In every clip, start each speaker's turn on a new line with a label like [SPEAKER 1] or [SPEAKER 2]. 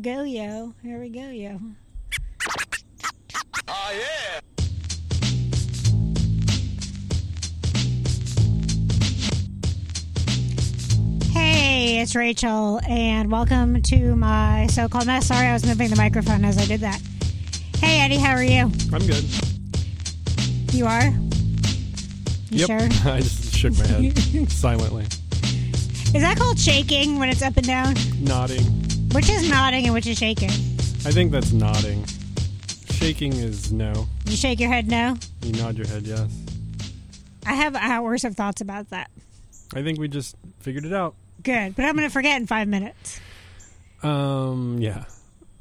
[SPEAKER 1] Go yo. Here we go yo.
[SPEAKER 2] Oh, yeah.
[SPEAKER 1] Hey, it's Rachel, and welcome to my so-called mess. Sorry, I was moving the microphone as I did that. Hey, Eddie, how are you?
[SPEAKER 3] I'm good.
[SPEAKER 1] You are? You
[SPEAKER 3] yep.
[SPEAKER 1] sure?
[SPEAKER 3] I just shook my head silently,
[SPEAKER 1] Is that called shaking when it's up and down?
[SPEAKER 3] nodding.
[SPEAKER 1] Which is nodding and which is shaking?
[SPEAKER 3] I think that's nodding. Shaking is no.
[SPEAKER 1] You shake your head no?
[SPEAKER 3] You nod your head yes.
[SPEAKER 1] I have hours of thoughts about that.
[SPEAKER 3] I think we just figured it out.
[SPEAKER 1] Good, but I'm going to forget in five minutes.
[SPEAKER 3] Um. Yeah.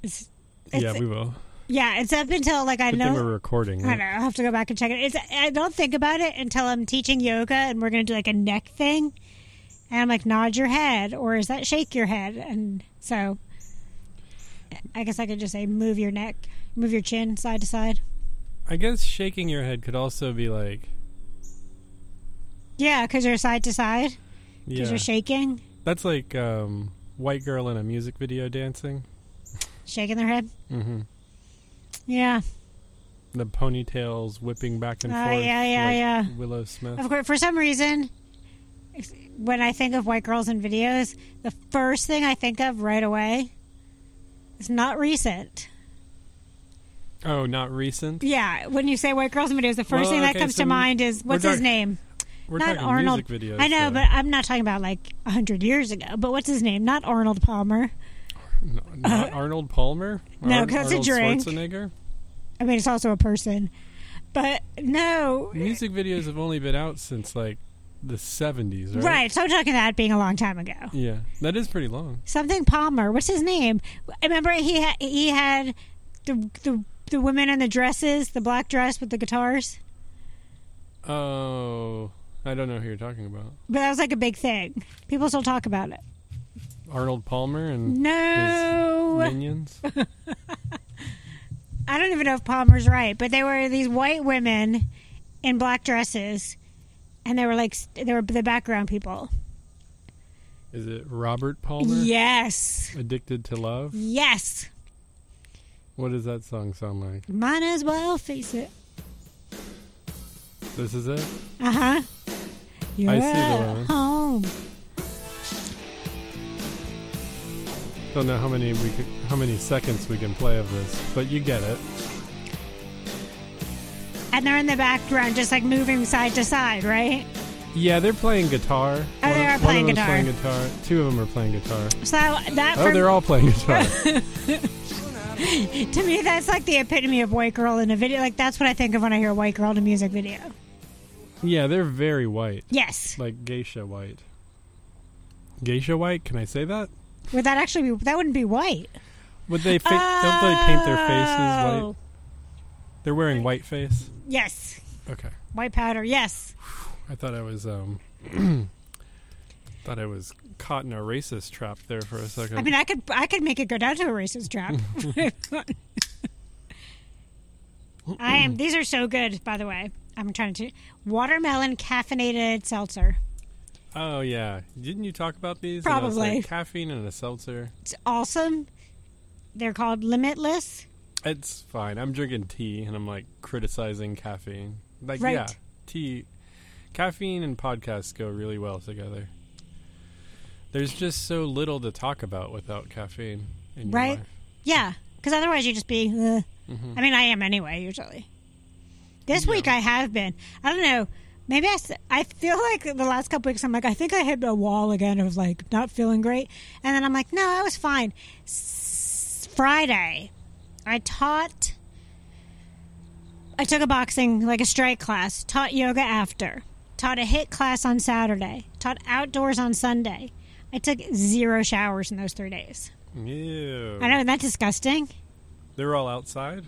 [SPEAKER 1] It's, it's,
[SPEAKER 3] Yeah. We will.
[SPEAKER 1] yeah, it's up until like I
[SPEAKER 3] But
[SPEAKER 1] know.
[SPEAKER 3] then we're recording.
[SPEAKER 1] I
[SPEAKER 3] right?
[SPEAKER 1] don't know. I have to go back and check it. It's I don't think about it until I'm teaching yoga and we're going to do like a neck thing, and I'm like nod your head or is that shake your head? And so, I guess I could just say move your neck, move your chin side to side.
[SPEAKER 3] I guess shaking your head could also be like.
[SPEAKER 1] Yeah, because you're side to side because
[SPEAKER 3] Yeah.
[SPEAKER 1] you're shaking,
[SPEAKER 3] that's like um, white girl in a music video dancing.
[SPEAKER 1] shaking their head.
[SPEAKER 3] Mm-hmm.
[SPEAKER 1] Yeah,
[SPEAKER 3] The ponytails whipping back and
[SPEAKER 1] Oh,
[SPEAKER 3] forth.
[SPEAKER 1] yeah, yeah,
[SPEAKER 3] like
[SPEAKER 1] yeah. Oh.
[SPEAKER 3] Willow Smith.
[SPEAKER 1] of course. For some reason, when I think of white girls in videos, the first thing I think of right away is not recent.
[SPEAKER 3] Oh, not recent.
[SPEAKER 1] Yeah, when you say white girls in videos, the first
[SPEAKER 3] Well,
[SPEAKER 1] thing that
[SPEAKER 3] okay,
[SPEAKER 1] comes
[SPEAKER 3] so
[SPEAKER 1] to mind is what's
[SPEAKER 3] we're
[SPEAKER 1] his
[SPEAKER 3] talk-
[SPEAKER 1] name?
[SPEAKER 3] We're
[SPEAKER 1] Not
[SPEAKER 3] talking
[SPEAKER 1] Arnold.
[SPEAKER 3] music videos.
[SPEAKER 1] I know,
[SPEAKER 3] though.
[SPEAKER 1] but I'm not talking about like hundred years ago. But what's his name? Not Arnold Palmer.
[SPEAKER 3] No, not Arnold Palmer.
[SPEAKER 1] No,
[SPEAKER 3] Ar-
[SPEAKER 1] 'cause it's a
[SPEAKER 3] Arnold
[SPEAKER 1] drink.
[SPEAKER 3] Schwarzenegger.
[SPEAKER 1] I mean, it's also a person. But no,
[SPEAKER 3] Music videos have only been out since like the seventies, right?
[SPEAKER 1] right. So I'm talking about it being a long time ago.
[SPEAKER 3] Yeah, that is pretty long.
[SPEAKER 1] Something Palmer. What's his name? I remember he ha- he had the the the women in the dresses, the black dress with the guitars.
[SPEAKER 3] Oh, I don't know who you're talking about.
[SPEAKER 1] But that was like a big thing. People still talk about it.
[SPEAKER 3] Arnold Palmer and
[SPEAKER 1] No.
[SPEAKER 3] minions.
[SPEAKER 1] I don't even know if Palmer's right, but they were these white women in black dresses, and they were like they were the background people.
[SPEAKER 3] Is it Robert Palmer?
[SPEAKER 1] Yes,
[SPEAKER 3] Addicted to love.
[SPEAKER 1] yes.
[SPEAKER 3] What does that song sound like?
[SPEAKER 1] Might as well face it.
[SPEAKER 3] This is it.
[SPEAKER 1] Uh huh. You're
[SPEAKER 3] I see the one.
[SPEAKER 1] home.
[SPEAKER 3] Don't know how many we could, how many seconds we can play of this, but you get it.
[SPEAKER 1] And they're in the background, just like moving side to side, right?
[SPEAKER 3] Yeah, they're playing guitar.
[SPEAKER 1] Oh, they
[SPEAKER 3] One-
[SPEAKER 1] are
[SPEAKER 3] one
[SPEAKER 1] playing
[SPEAKER 3] of them's
[SPEAKER 1] guitar.
[SPEAKER 3] Playing guitar. Two of them are playing guitar.
[SPEAKER 1] So that
[SPEAKER 3] Oh,
[SPEAKER 1] for
[SPEAKER 3] they're all playing guitar.
[SPEAKER 1] to me, that's like the epitome of white girl in a video. Like that's what I think of when I hear white girl in a music video.
[SPEAKER 3] yeah, they're very white.
[SPEAKER 1] Yes,
[SPEAKER 3] like geisha white. Geisha white? Can I say that?
[SPEAKER 1] would that actually be? That wouldn't be white.
[SPEAKER 3] Would they fa- don't they paint their faces
[SPEAKER 1] Oh.
[SPEAKER 3] white? They're wearing white face.
[SPEAKER 1] Yes,
[SPEAKER 3] Okay,
[SPEAKER 1] white powder. Yes.
[SPEAKER 3] I thought I was um, thought I was caught in a racist trap there for a second.
[SPEAKER 1] I mean, I could I could make it go down to a racist trap. I am. These are so good, by the way. I'm trying to watermelon caffeinated seltzer.
[SPEAKER 3] oh yeah, didn't you talk about these? And I was
[SPEAKER 1] Probably.
[SPEAKER 3] like, caffeine and a seltzer.
[SPEAKER 1] It's awesome. They're called Limitless.
[SPEAKER 3] It's fine. I'm drinking tea, and I'm like criticizing caffeine. Like
[SPEAKER 1] Right.
[SPEAKER 3] yeah, tea, caffeine, and podcasts go really well together. There's just so little to talk about without caffeine, in your
[SPEAKER 1] Right.
[SPEAKER 3] life.
[SPEAKER 1] Yeah, because otherwise you'd just be. "Ugh." I mean, I am anyway. Usually, this week I have been. I don't know. Maybe I, s- I feel like the last couple weeks I'm like I think I hit a wall again of like not feeling great, and then I'm like no I was fine. S- Friday, I taught. I took a boxing like a strike class. Taught yoga after. Taught a hit class on Saturday. Taught outdoors on Sunday. I took zero showers in those three days.
[SPEAKER 3] Ew.
[SPEAKER 1] I know, isn't that disgusting?
[SPEAKER 3] They were all outside,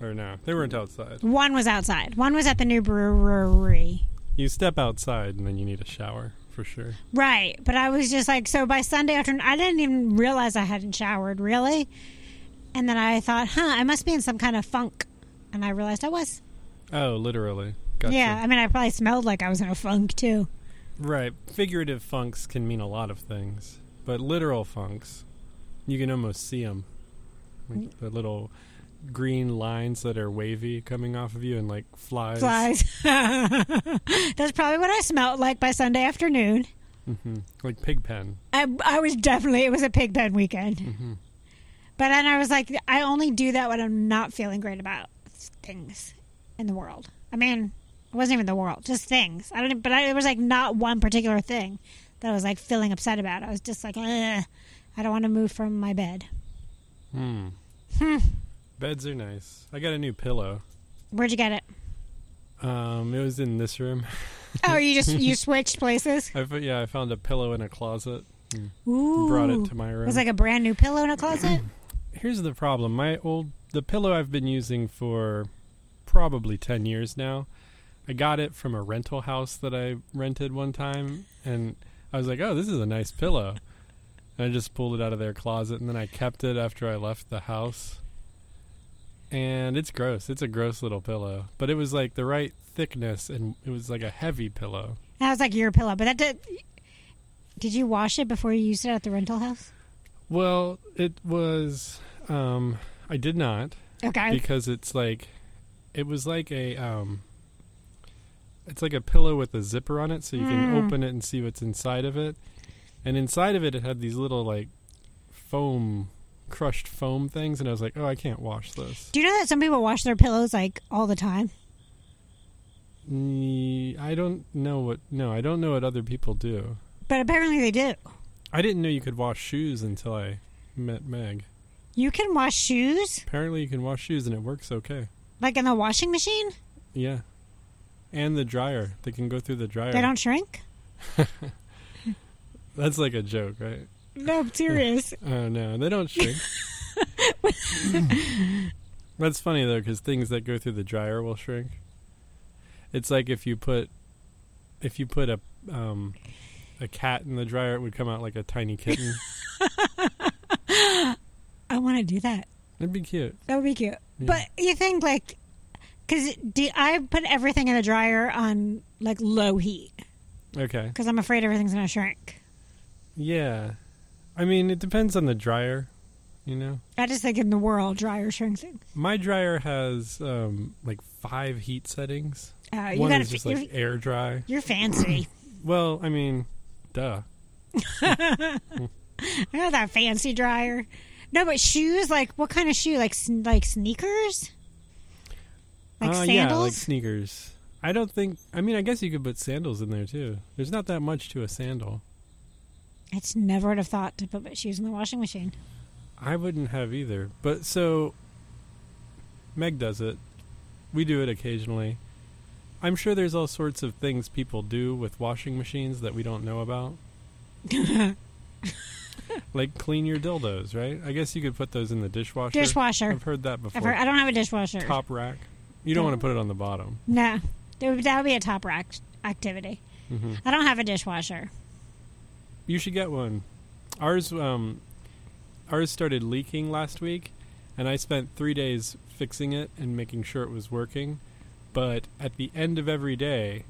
[SPEAKER 3] or no? They weren't outside.
[SPEAKER 1] One was outside. One was at the new brewery.
[SPEAKER 3] You step outside, and then you need a shower for sure.
[SPEAKER 1] Right. But I was just like, so by Sunday afternoon, I didn't even realize I hadn't showered, really. And then I thought, huh, I must be in some kind of funk. And I realized I was.
[SPEAKER 3] Oh, literally. Gotcha.
[SPEAKER 1] Yeah. I mean, I probably smelled like I was in a funk, too.
[SPEAKER 3] Right. Figurative funks can mean a lot of things, but literal funks, you can almost see them.
[SPEAKER 1] Mm.
[SPEAKER 3] Like the little green lines that are wavy coming off of you and like flies.
[SPEAKER 1] Flies. That's probably what I smelled like by Sunday afternoon.
[SPEAKER 3] hmm Like pig pen. Mm-hmm.
[SPEAKER 1] I, I was definitely it was a pig pen weekend. But then I was like, I only do that when I'm not feeling great about things in the world. I mean, it wasn't even the world, just things. I don't. But I, it was like not one particular thing that I was like feeling upset about. I was just like, Ugh, I don't want to move from my bed.
[SPEAKER 3] Hmm.
[SPEAKER 1] Hmm.
[SPEAKER 3] Beds are nice. I got a new pillow.
[SPEAKER 1] Where'd you get it?
[SPEAKER 3] Um, it was in this room.
[SPEAKER 1] Oh, you just you switched places.
[SPEAKER 3] I fo- yeah, I found a pillow in a closet.
[SPEAKER 1] Ooh,
[SPEAKER 3] Brought it to my
[SPEAKER 1] It
[SPEAKER 3] room.
[SPEAKER 1] was like a brand new pillow in a closet.
[SPEAKER 3] Here's the problem. My old the pillow I've been using for probably 10 years now. I got it from a rental house that I rented one time and I was like, "Oh, this is a nice pillow." And I just pulled it out of their closet and then I kept it after I left the house. And it's gross. It's a gross little pillow, but it was like the right thickness and it was like a heavy pillow.
[SPEAKER 1] That was like your pillow, but that did. Did you wash it before you used it at the rental house?
[SPEAKER 3] Well, it was um I did not
[SPEAKER 1] Okay.
[SPEAKER 3] because it's like it was like a um it's like a pillow with a zipper on it so you can
[SPEAKER 1] Mm.
[SPEAKER 3] open it and see what's inside of it and inside of it it had these little like foam crushed foam things and i was like oh i can't wash this
[SPEAKER 1] Do you know that some people wash their pillows like all the time?
[SPEAKER 3] Mm, i don't know what no i don't know what other people do
[SPEAKER 1] But apparently they do.
[SPEAKER 3] i didn't know you could wash shoes until i met meg
[SPEAKER 1] You can wash shoes
[SPEAKER 3] apparently you can wash shoes and it works okay
[SPEAKER 1] like in the washing machine.
[SPEAKER 3] yeah and the dryer they can go through the dryer
[SPEAKER 1] They don't shrink.
[SPEAKER 3] that's like a joke right
[SPEAKER 1] No, I'm serious.
[SPEAKER 3] Oh no, they don't shrink. That's funny though, because things that go through the dryer will shrink. It's like if you put, if you put a um, a cat in the dryer, it would come out like a tiny kitten.
[SPEAKER 1] I want to do that.
[SPEAKER 3] It'd be cute.
[SPEAKER 1] That would be cute.
[SPEAKER 3] Yeah.
[SPEAKER 1] But you think like, because I put everything in the dryer on like low heat
[SPEAKER 3] Okay.
[SPEAKER 1] because I'm afraid everything's gonna shrink.
[SPEAKER 3] Yeah. I mean, it depends on the dryer. You know,
[SPEAKER 1] I just think in the world dryer shrinks. it.
[SPEAKER 3] my dryer has um, like five heat settings.
[SPEAKER 1] Uh, you
[SPEAKER 3] One
[SPEAKER 1] gotta
[SPEAKER 3] is just
[SPEAKER 1] fi-
[SPEAKER 3] like
[SPEAKER 1] you're,
[SPEAKER 3] air dry.
[SPEAKER 1] you're fancy.
[SPEAKER 3] Well, I mean, duh.
[SPEAKER 1] I got that fancy dryer. No, but shoes like what kind of shoe? Like sn- like sneakers? Like
[SPEAKER 3] Uh,
[SPEAKER 1] sandals?
[SPEAKER 3] Yeah, like sneakers. I don't think. I mean, I guess you could put sandals in there too. There's not that much to a sandal.
[SPEAKER 1] I just never would have thought to put my shoes in the washing machine.
[SPEAKER 3] I wouldn't have either. But so, Meg does it. We do it occasionally. I'm sure there's all sorts of things people do with washing machines that we don't know about. like clean your dildos, right? I guess you could put those in the dishwasher.
[SPEAKER 1] Dishwasher.
[SPEAKER 3] I've heard that before.
[SPEAKER 1] I've heard, I don't have a dishwasher.
[SPEAKER 3] Top rack. You don't want to put it on the bottom.
[SPEAKER 1] No, that would, that would be a top rack activity.
[SPEAKER 3] hmm
[SPEAKER 1] I don't have a dishwasher.
[SPEAKER 3] You should get one. Ours, um, ours started leaking last week, and I spent three days fixing it and making sure it was working. But at the end of every day,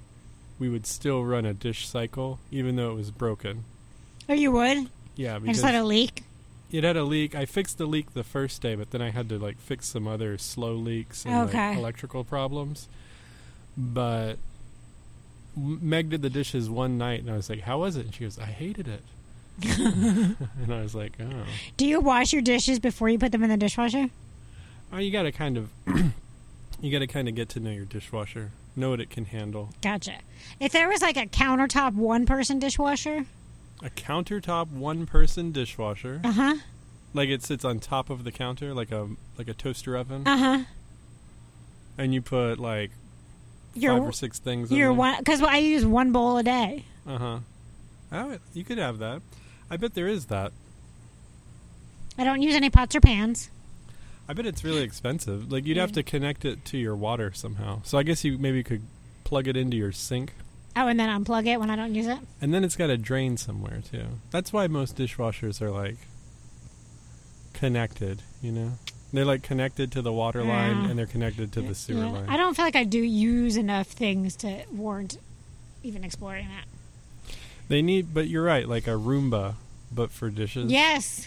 [SPEAKER 3] we would still run a dish cycle, even though it was broken.
[SPEAKER 1] Oh, you would?
[SPEAKER 3] Yeah,
[SPEAKER 1] I
[SPEAKER 3] because
[SPEAKER 1] just let it leak.
[SPEAKER 3] it had a leak. I fixed the leak the first day, but then I had to like fix some other slow leaks and like,
[SPEAKER 1] Okay.
[SPEAKER 3] electrical problems. But M- Meg did the dishes one night, and I was like, "How was it?" And she goes, "I hated it." and I was like, "Oh,
[SPEAKER 1] Do you wash your dishes before you put them in the dishwasher?
[SPEAKER 3] oh you got to kind of, you got to kind of get to know your dishwasher, know what it can handle."
[SPEAKER 1] Gotcha. If there was like a countertop one person dishwasher,
[SPEAKER 3] A countertop one-person dishwasher,
[SPEAKER 1] uh huh,
[SPEAKER 3] like it sits on top of the counter, like a like a toaster oven,
[SPEAKER 1] uh huh.
[SPEAKER 3] and you put like five
[SPEAKER 1] You're
[SPEAKER 3] or six things. in
[SPEAKER 1] you're
[SPEAKER 3] there.
[SPEAKER 1] one because I use one bowl a day.
[SPEAKER 3] Uh
[SPEAKER 1] Uh-huh.
[SPEAKER 3] huh. Oh, you could have that. I bet there is that.
[SPEAKER 1] I don't use any pots or pans.
[SPEAKER 3] I bet it's really expensive. Like you'd have to connect it to your water somehow. So I guess you maybe could plug it into your sink,
[SPEAKER 1] Oh, and then unplug it when I don't use it.
[SPEAKER 3] and then it's got a drain somewhere too. That's why most dishwashers are like connected. You know, they're like connected to the water line
[SPEAKER 1] Yeah.
[SPEAKER 3] and they're connected to the sewer
[SPEAKER 1] Yeah.
[SPEAKER 3] line.
[SPEAKER 1] I don't feel like I do use enough things to warrant even exploring that.
[SPEAKER 3] they need, but you're right, like a Roomba, but for dishes.
[SPEAKER 1] Yes.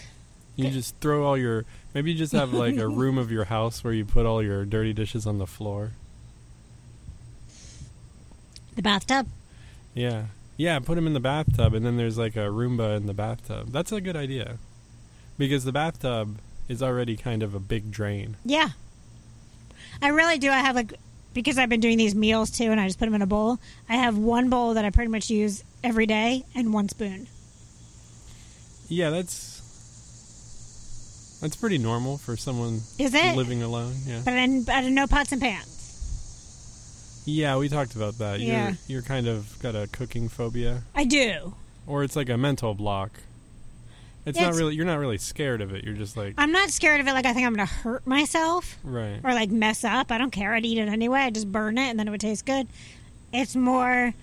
[SPEAKER 3] You just throw all your. Maybe you just have like a room of your house where you put all your dirty dishes on the floor.
[SPEAKER 1] The bathtub.
[SPEAKER 3] Yeah. Yeah, put them in the bathtub, and then there's like a Roomba in the bathtub. That's a good idea. Because the bathtub is already kind of a big drain.
[SPEAKER 1] Yeah. I really do. I have like because I've been doing these meals too, and I just put them in a bowl. I have one bowl that I pretty much use every day, and one spoon.
[SPEAKER 3] Yeah, that's. That's pretty normal for someone
[SPEAKER 1] Is it?
[SPEAKER 3] living alone. Yeah.
[SPEAKER 1] But then, but no pots and pans.
[SPEAKER 3] Yeah, we talked about that.
[SPEAKER 1] Yeah.
[SPEAKER 3] You're, you're kind of got a cooking phobia,
[SPEAKER 1] I do.
[SPEAKER 3] or it's like a mental block. It's
[SPEAKER 1] Yeah,
[SPEAKER 3] not
[SPEAKER 1] it's-
[SPEAKER 3] really. You're not really scared of it. You're just like
[SPEAKER 1] I'm not scared of it. Like I think I'm going to hurt myself
[SPEAKER 3] right.
[SPEAKER 1] or like mess up. I don't care. I'd eat it anyway. I just burn it, and then it would taste good. It's more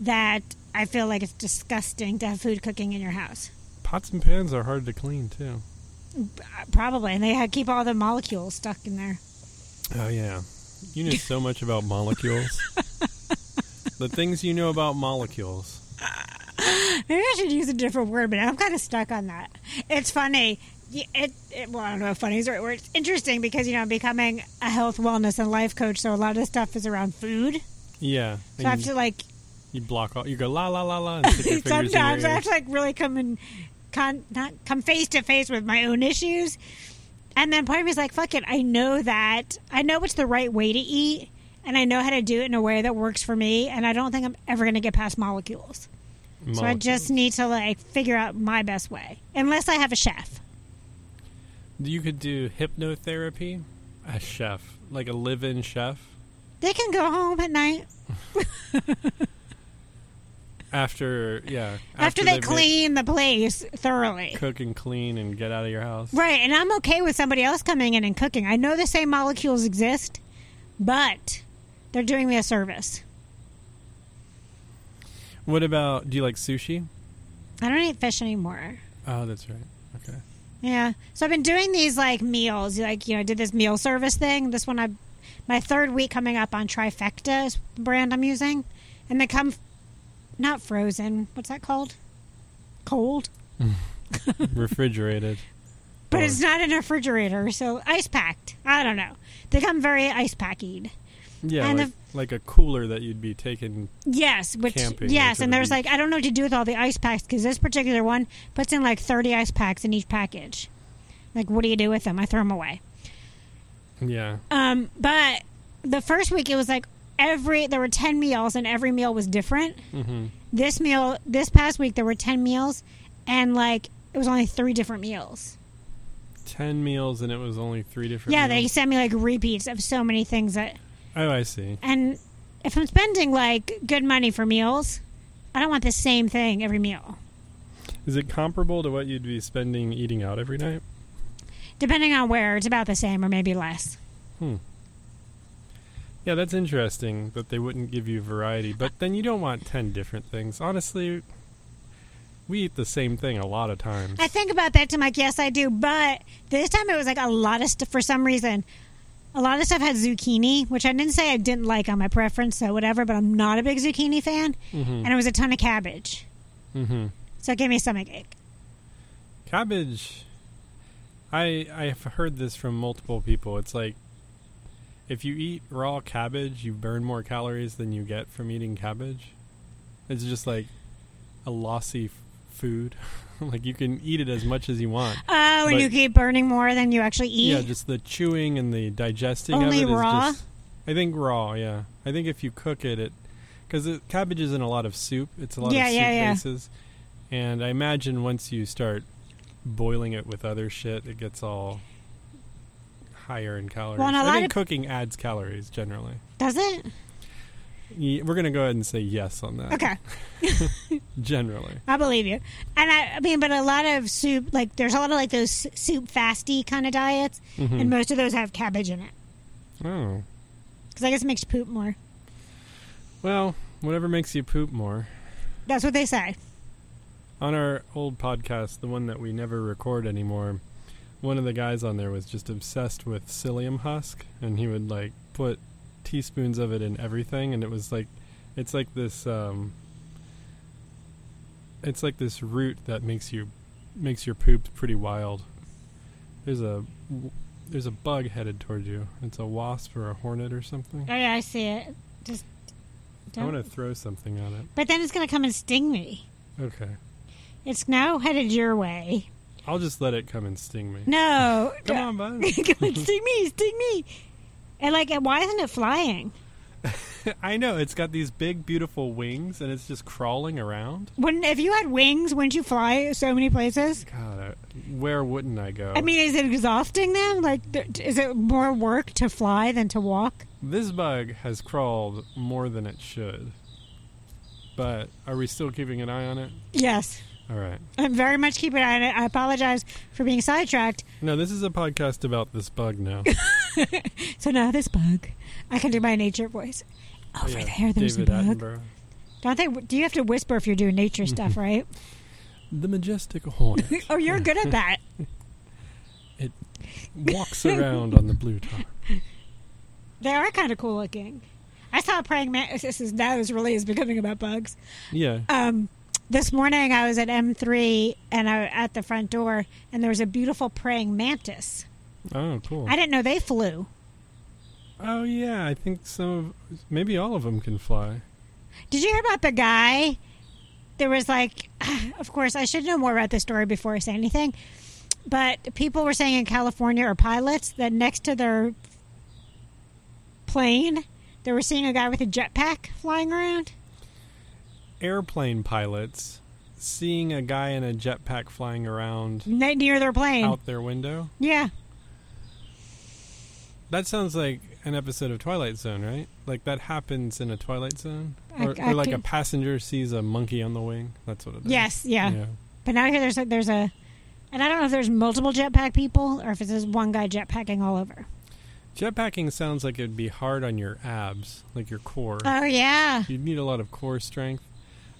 [SPEAKER 1] that I feel like it's disgusting to have food cooking in your house.
[SPEAKER 3] Pots and pans are hard to clean too.
[SPEAKER 1] Probably, and they ha- keep all the molecules stuck in there.
[SPEAKER 3] Oh yeah, you know so much about molecules. the things you know about molecules.
[SPEAKER 1] Maybe I should use a different word, but I'm kind of stuck on that. It's funny. Y- It, it well, I don't know if funny is the right word. It's interesting because you know I'm becoming a health, wellness, and life coach, so a lot of this stuff is around food.
[SPEAKER 3] Yeah,
[SPEAKER 1] So I have
[SPEAKER 3] and
[SPEAKER 1] to like
[SPEAKER 3] you block all. You go la la la la. And stick your fingers in your
[SPEAKER 1] sometimes I have
[SPEAKER 3] ears.
[SPEAKER 1] to like really come and con, not come face to face with my own issues, and then part of me is like, "Fuck it, I know that I know what's the right way to eat, and I know how to do it in a way that works for me, and I don't think I'm ever going to get past molecules." So I
[SPEAKER 3] Molecules.
[SPEAKER 1] just need to like figure out my best way, unless I have a chef.
[SPEAKER 3] You could do hypnotherapy. A chef, like a live-in chef.
[SPEAKER 1] They can go home at night
[SPEAKER 3] After yeah,
[SPEAKER 1] after, they
[SPEAKER 3] they've made-
[SPEAKER 1] clean the place thoroughly.
[SPEAKER 3] cook and clean and get out of your house.
[SPEAKER 1] Right, and I'm okay with somebody else coming in and cooking. I know the same molecules exist, but they're doing me a service.
[SPEAKER 3] What about do you like sushi?
[SPEAKER 1] I don't eat fish anymore.
[SPEAKER 3] Oh, that's right. Okay.
[SPEAKER 1] Yeah. So I've been doing these like meals. Like, you know, I did this meal service thing. This one I my third week coming up on Trifecta is the brand I'm using. And they come not frozen. What's that called? Cold.
[SPEAKER 3] Refrigerated.
[SPEAKER 1] But
[SPEAKER 3] Or-
[SPEAKER 1] it's not in a refrigerator, so ice packed. I don't know. They come very ice packied.
[SPEAKER 3] Yeah,
[SPEAKER 1] And
[SPEAKER 3] like, like a cooler that you'd be taking.
[SPEAKER 1] Yes, which
[SPEAKER 3] Camping or
[SPEAKER 1] yes,
[SPEAKER 3] to
[SPEAKER 1] and
[SPEAKER 3] the
[SPEAKER 1] there's
[SPEAKER 3] beach.
[SPEAKER 1] like I don't know what to do with all the ice packs because this particular one puts in like 30 ice packs in each package. Like, what do you do with them? I throw them away.
[SPEAKER 3] Yeah.
[SPEAKER 1] Um, but the first week it was like every there were 10 meals and every meal was different.
[SPEAKER 3] hmm
[SPEAKER 1] This meal this past week there were 10 meals and like it was only three different meals.
[SPEAKER 3] Ten meals and it was only three different.
[SPEAKER 1] yeah, they
[SPEAKER 3] meals.
[SPEAKER 1] sent me like repeats of so many things that
[SPEAKER 3] Oh, I see.
[SPEAKER 1] and if I'm spending like good money for meals, I don't want the same thing every meal.
[SPEAKER 3] Is it comparable to what you'd be spending eating out every night?
[SPEAKER 1] Depending on where, it's about the same or maybe less.
[SPEAKER 3] Yeah, that's interesting that they wouldn't give you variety, but then you don't want ten different things. Honestly, we eat the same thing a lot of times.
[SPEAKER 1] I think about that to Mike. Yes, I do. But this time it was like a lot of stuff for some reason. A lot of stuff had zucchini, which I didn't say I didn't like on my preference, so whatever. But I'm not a big zucchini fan,
[SPEAKER 3] mm-hmm.
[SPEAKER 1] and it was a ton of cabbage,
[SPEAKER 3] mm-hmm.
[SPEAKER 1] so it gave me a stomachache.
[SPEAKER 3] Cabbage. I I've heard this from multiple people. It's like if you eat raw cabbage, you burn more calories than you get from eating cabbage. It's just like a lossy f- food. like you can eat it as much as you want.
[SPEAKER 1] Oh, and
[SPEAKER 3] But-
[SPEAKER 1] you keep burning more than you actually eat.
[SPEAKER 3] Yeah, just the chewing and the digesting
[SPEAKER 1] Only
[SPEAKER 3] of it is
[SPEAKER 1] raw?
[SPEAKER 3] just I think raw, yeah. I think if you cook it it cuz cabbage is in a lot of soup. It's a lot
[SPEAKER 1] Yeah,
[SPEAKER 3] of soup
[SPEAKER 1] yeah, yeah.
[SPEAKER 3] bases. And I imagine once you start boiling it with other shit, it gets all higher in calories.
[SPEAKER 1] and a
[SPEAKER 3] I
[SPEAKER 1] lot
[SPEAKER 3] think
[SPEAKER 1] of-
[SPEAKER 3] cooking adds calories generally.
[SPEAKER 1] Does it?
[SPEAKER 3] Ye- We're going to go ahead and say yes on that.
[SPEAKER 1] Okay,
[SPEAKER 3] Generally.
[SPEAKER 1] I believe you. And I, I mean, but a lot of soup, like there's a lot of like those soup fasty kind of diets,
[SPEAKER 3] Mhm.
[SPEAKER 1] and most of those have cabbage in it
[SPEAKER 3] Oh.
[SPEAKER 1] because I guess it makes you poop more.
[SPEAKER 3] Well, whatever makes you poop more.
[SPEAKER 1] That's what they say.
[SPEAKER 3] on our old podcast, the one that we never record anymore, one of the guys on there was just obsessed with psyllium husk, and he would like put teaspoons of it in everything, and it was like, it's like this, um, it's like this root that makes you makes your poop pretty wild. There's a there's a bug headed toward you. It's a wasp or a hornet or something.
[SPEAKER 1] Oh yeah, I see it. Just
[SPEAKER 3] I
[SPEAKER 1] don't.
[SPEAKER 3] want to throw something at it.
[SPEAKER 1] But then it's gonna come and sting me.
[SPEAKER 3] Okay.
[SPEAKER 1] It's now headed your way.
[SPEAKER 3] I'll just let it come and sting me.
[SPEAKER 1] No,
[SPEAKER 3] Come on, bud.
[SPEAKER 1] come on, sting me, sting me. And like, why isn't it flying?
[SPEAKER 3] I know it's got these big, beautiful wings, and it's just crawling around.
[SPEAKER 1] Wouldn't if you had wings, wouldn't you fly so many places?
[SPEAKER 3] God, I, where wouldn't I go?
[SPEAKER 1] I mean, is it exhausting them? Like, th- is it more work to fly than to walk?
[SPEAKER 3] this bug has crawled more than it should. But are we still keeping an eye on it?
[SPEAKER 1] Yes,
[SPEAKER 3] All right.
[SPEAKER 1] I'm very much keeping an eye on it. I apologize for being sidetracked.
[SPEAKER 3] No, this is a podcast about this bug now.
[SPEAKER 1] So now this bug, I can do my nature voice. Oh, Over
[SPEAKER 3] Oh, Yeah,
[SPEAKER 1] there, there's a
[SPEAKER 3] David
[SPEAKER 1] bug.
[SPEAKER 3] Attenborough.
[SPEAKER 1] Don't they? Do you have to whisper if you're doing nature stuff, right?
[SPEAKER 3] The majestic hornet
[SPEAKER 1] oh, you're good at that.
[SPEAKER 3] walks around on the blue top.
[SPEAKER 1] They are kind of cool looking. I saw a praying mantis. This is now this really is becoming about bugs.
[SPEAKER 3] Yeah.
[SPEAKER 1] Um, this morning I was at M3 and I at the front door, and there was a beautiful praying mantis.
[SPEAKER 3] Oh, cool.
[SPEAKER 1] I didn't know they flew.
[SPEAKER 3] Oh, yeah. I think some of, maybe all of them can fly.
[SPEAKER 1] Did you hear about the guy? There was like, of course, I should know more about this story before I say anything. But people were saying in California, or pilots, that next to their plane, they were seeing a guy with a jetpack flying around.
[SPEAKER 3] Airplane pilots seeing a guy in a jetpack flying around
[SPEAKER 1] Ne- near their plane.
[SPEAKER 3] out their window.
[SPEAKER 1] Yeah.
[SPEAKER 3] That sounds like an episode of Twilight Zone, right? Like that happens in a Twilight Zone,
[SPEAKER 1] I-
[SPEAKER 3] or,
[SPEAKER 1] I
[SPEAKER 3] or like a
[SPEAKER 1] couldn't-
[SPEAKER 3] passenger sees a monkey on the wing. That's what it is.
[SPEAKER 1] Yes. Yeah. But now here there's a, there's a, and I don't know if there's multiple jetpack people or if it's just one guy jetpacking all over.
[SPEAKER 3] Jetpacking sounds like it'd be hard on your abs, like your core.
[SPEAKER 1] Oh yeah,
[SPEAKER 3] You'd need a lot of core strength,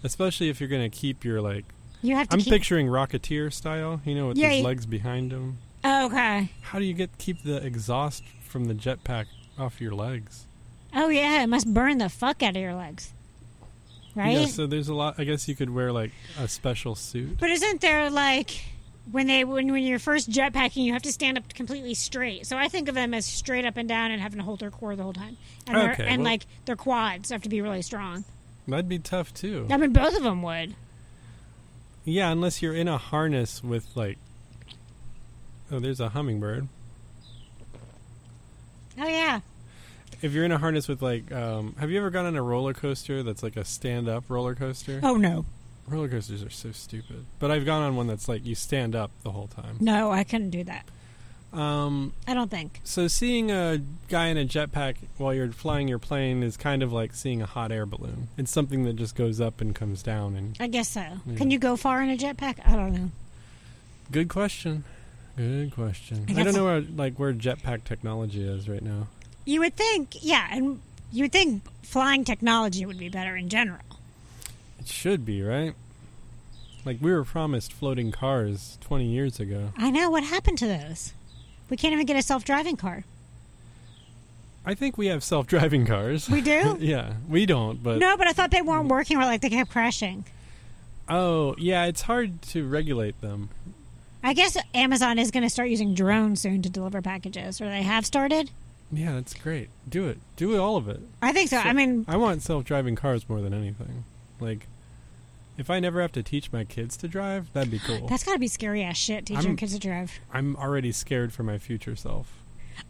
[SPEAKER 3] especially if you're going to keep your like.
[SPEAKER 1] you have to.
[SPEAKER 3] I'm
[SPEAKER 1] keep,
[SPEAKER 3] picturing Rocketeer style, you know, with
[SPEAKER 1] Yeah,
[SPEAKER 3] his
[SPEAKER 1] you-
[SPEAKER 3] legs behind him.
[SPEAKER 1] oh, okay.
[SPEAKER 3] How do you get keep the exhaust from the jetpack off your legs?
[SPEAKER 1] Oh yeah, it must burn the fuck out of your legs, right?
[SPEAKER 3] Yeah, so there's a lot. I guess you could wear like a special suit.
[SPEAKER 1] But isn't there like when they when when you're first jetpacking, you have to stand up completely straight. So I think of them as straight up and down and having to hold their core the whole time, and their,
[SPEAKER 3] Okay,
[SPEAKER 1] and
[SPEAKER 3] well-
[SPEAKER 1] like their quads have to be really strong.
[SPEAKER 3] That'd be tough too.
[SPEAKER 1] I mean, both of them would.
[SPEAKER 3] Yeah, unless you're in a harness with like. Oh, there's a hummingbird.
[SPEAKER 1] Oh yeah,
[SPEAKER 3] If you're in a harness with like, um, have you ever gone on a roller coaster that's like a stand-up roller coaster?
[SPEAKER 1] Oh no,
[SPEAKER 3] Roller coasters are so stupid. But I've gone on one that's like you stand up the whole time.
[SPEAKER 1] no, I couldn't do that.
[SPEAKER 3] Um,
[SPEAKER 1] I don't think.
[SPEAKER 3] so seeing a guy in a jetpack while you're flying your plane is kind of like seeing a hot air balloon. It's something that just goes up and comes down. And
[SPEAKER 1] I guess so.
[SPEAKER 3] Yeah.
[SPEAKER 1] Can you go far in a jetpack? I don't know.
[SPEAKER 3] good question. Good question.
[SPEAKER 1] I
[SPEAKER 3] I,
[SPEAKER 1] guess-
[SPEAKER 3] don't know where like where jetpack technology is right now.
[SPEAKER 1] You would think, yeah, and you would think flying technology would be better in general.
[SPEAKER 3] It should be, right? Like we were promised floating cars 20 years ago.
[SPEAKER 1] I know what happened to those. We can't even get a self-driving car.
[SPEAKER 3] I think we have self-driving cars.
[SPEAKER 1] We do?
[SPEAKER 3] yeah, we don't, but
[SPEAKER 1] no, but I thought they weren't working or like they kept crashing.
[SPEAKER 3] oh, yeah, it's hard to regulate them.
[SPEAKER 1] I guess Amazon is going to start using drones soon to deliver packages, or they have started.
[SPEAKER 3] Yeah, that's great. Do it. Do it all of it.
[SPEAKER 1] I think so.
[SPEAKER 3] So-
[SPEAKER 1] I mean,
[SPEAKER 3] I want self-driving cars more than anything. Like if I never have to teach my kids to drive, that'd be cool.
[SPEAKER 1] that's got to be scary ass shit teaching
[SPEAKER 3] Oh. I'm-
[SPEAKER 1] your kids to drive.
[SPEAKER 3] I'm already scared for my future self.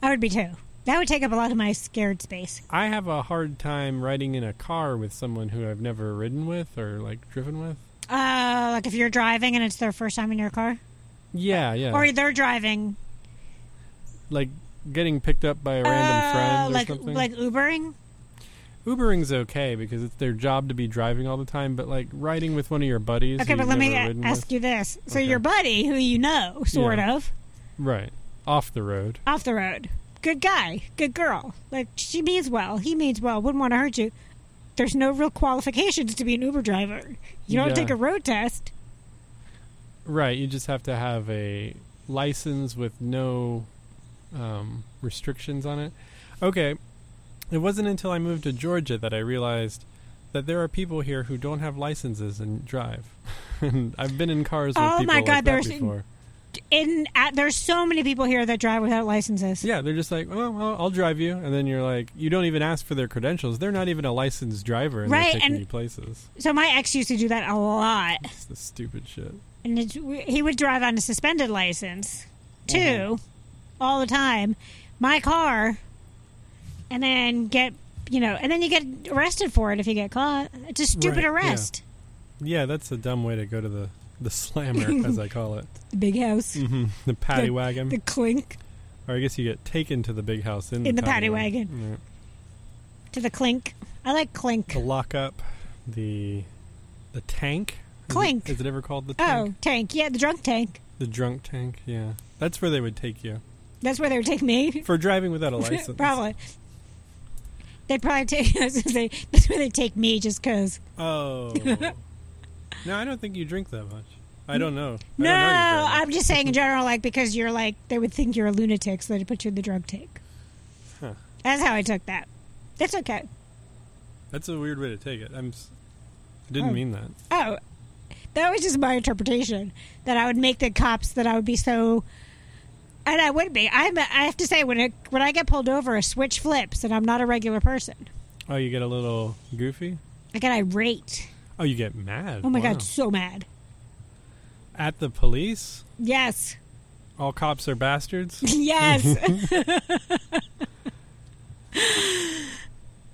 [SPEAKER 1] I would be too. That would take up a lot of my scared space.
[SPEAKER 3] I have a hard time riding in a car with someone who I've never ridden with or like driven with.
[SPEAKER 1] Uh, like if you're driving and it's their first time in your car,
[SPEAKER 3] Yeah, yeah.
[SPEAKER 1] or they're driving
[SPEAKER 3] like getting picked up by a random
[SPEAKER 1] Oh,
[SPEAKER 3] friend or
[SPEAKER 1] like
[SPEAKER 3] something.
[SPEAKER 1] like Ubering.
[SPEAKER 3] Ubering's okay because it's their job to be driving all the time, but like riding with one of your buddies.
[SPEAKER 1] Okay,
[SPEAKER 3] who
[SPEAKER 1] but
[SPEAKER 3] you've
[SPEAKER 1] let me
[SPEAKER 3] never
[SPEAKER 1] a-
[SPEAKER 3] ridden
[SPEAKER 1] ask you this: so
[SPEAKER 3] Okay.
[SPEAKER 1] your buddy, who you know, sort
[SPEAKER 3] Yeah.
[SPEAKER 1] of,
[SPEAKER 3] with. right off the road.
[SPEAKER 1] off the road, good guy, good girl, like she means well, he means well, wouldn't want to hurt you. There's no real qualifications to be an Uber driver. You don't
[SPEAKER 3] Yeah.
[SPEAKER 1] take a road test.
[SPEAKER 3] Right, you just have to have a license with no um, restrictions on it. Okay, it wasn't until I moved to Georgia that I realized that there are people here who don't have licenses and drive. and I've been in cars with
[SPEAKER 1] Oh
[SPEAKER 3] people
[SPEAKER 1] my
[SPEAKER 3] like
[SPEAKER 1] God,
[SPEAKER 3] that
[SPEAKER 1] there's-
[SPEAKER 3] before.
[SPEAKER 1] in at, there's so many people here that drive without licenses.
[SPEAKER 3] Yeah, they're just like, oh, well, I'll drive you, and then you're like, you don't even ask for their credentials. They're not even a licensed driver, and
[SPEAKER 1] Right,
[SPEAKER 3] they're taking
[SPEAKER 1] and-
[SPEAKER 3] you places.
[SPEAKER 1] So my ex used to do that a lot,
[SPEAKER 3] It's the stupid shit.
[SPEAKER 1] and it's he would drive on a suspended license too,
[SPEAKER 3] Mhm.
[SPEAKER 1] all the time. My car, and then get you know, and then you get arrested for it if you get caught. It's a stupid
[SPEAKER 3] Right, yeah.
[SPEAKER 1] arrest.
[SPEAKER 3] Yeah, that's a dumb way to go to the the slammer, as I call it,
[SPEAKER 1] The big house,
[SPEAKER 3] hmm the paddy
[SPEAKER 1] The-
[SPEAKER 3] wagon,
[SPEAKER 1] the clink
[SPEAKER 3] or I guess you get taken to the big house in,
[SPEAKER 1] In the paddy to the clink. I like
[SPEAKER 3] Yeah.
[SPEAKER 1] clink.
[SPEAKER 3] The lockup, the the tank. Is it-
[SPEAKER 1] Clink.
[SPEAKER 3] Is it ever called the tank?
[SPEAKER 1] Oh, tank. Yeah, the drunk tank.
[SPEAKER 3] The drunk tank. Yeah, that's where they would take you
[SPEAKER 1] That's where they would take me.
[SPEAKER 3] for driving without a license.
[SPEAKER 1] probably. They'd probably take us if they. That's where they take me just because.
[SPEAKER 3] Oh. no, I don't think you drink that much. I don't know.
[SPEAKER 1] No,
[SPEAKER 3] I
[SPEAKER 1] I'm just saying in general, like because you're like they would think you're a lunatic, so they'd put you in the drug tank.
[SPEAKER 3] Huh.
[SPEAKER 1] That's how I took that. That's okay.
[SPEAKER 3] That's a weird way to take it. I'm. s- I didn't
[SPEAKER 1] Oh.
[SPEAKER 3] mean that.
[SPEAKER 1] Oh, that was just my interpretation that I would make the cops that I would be so. And I would be. I'm. I have to say when it, when I get pulled over, a switch flips, and I'm not a regular person.
[SPEAKER 3] Oh, you get a little goofy.
[SPEAKER 1] I get irate.
[SPEAKER 3] Oh, you get mad.
[SPEAKER 1] Oh my
[SPEAKER 3] Wow.
[SPEAKER 1] god, so mad.
[SPEAKER 3] At the police,
[SPEAKER 1] Yes.
[SPEAKER 3] all cops are bastards.
[SPEAKER 1] Yes.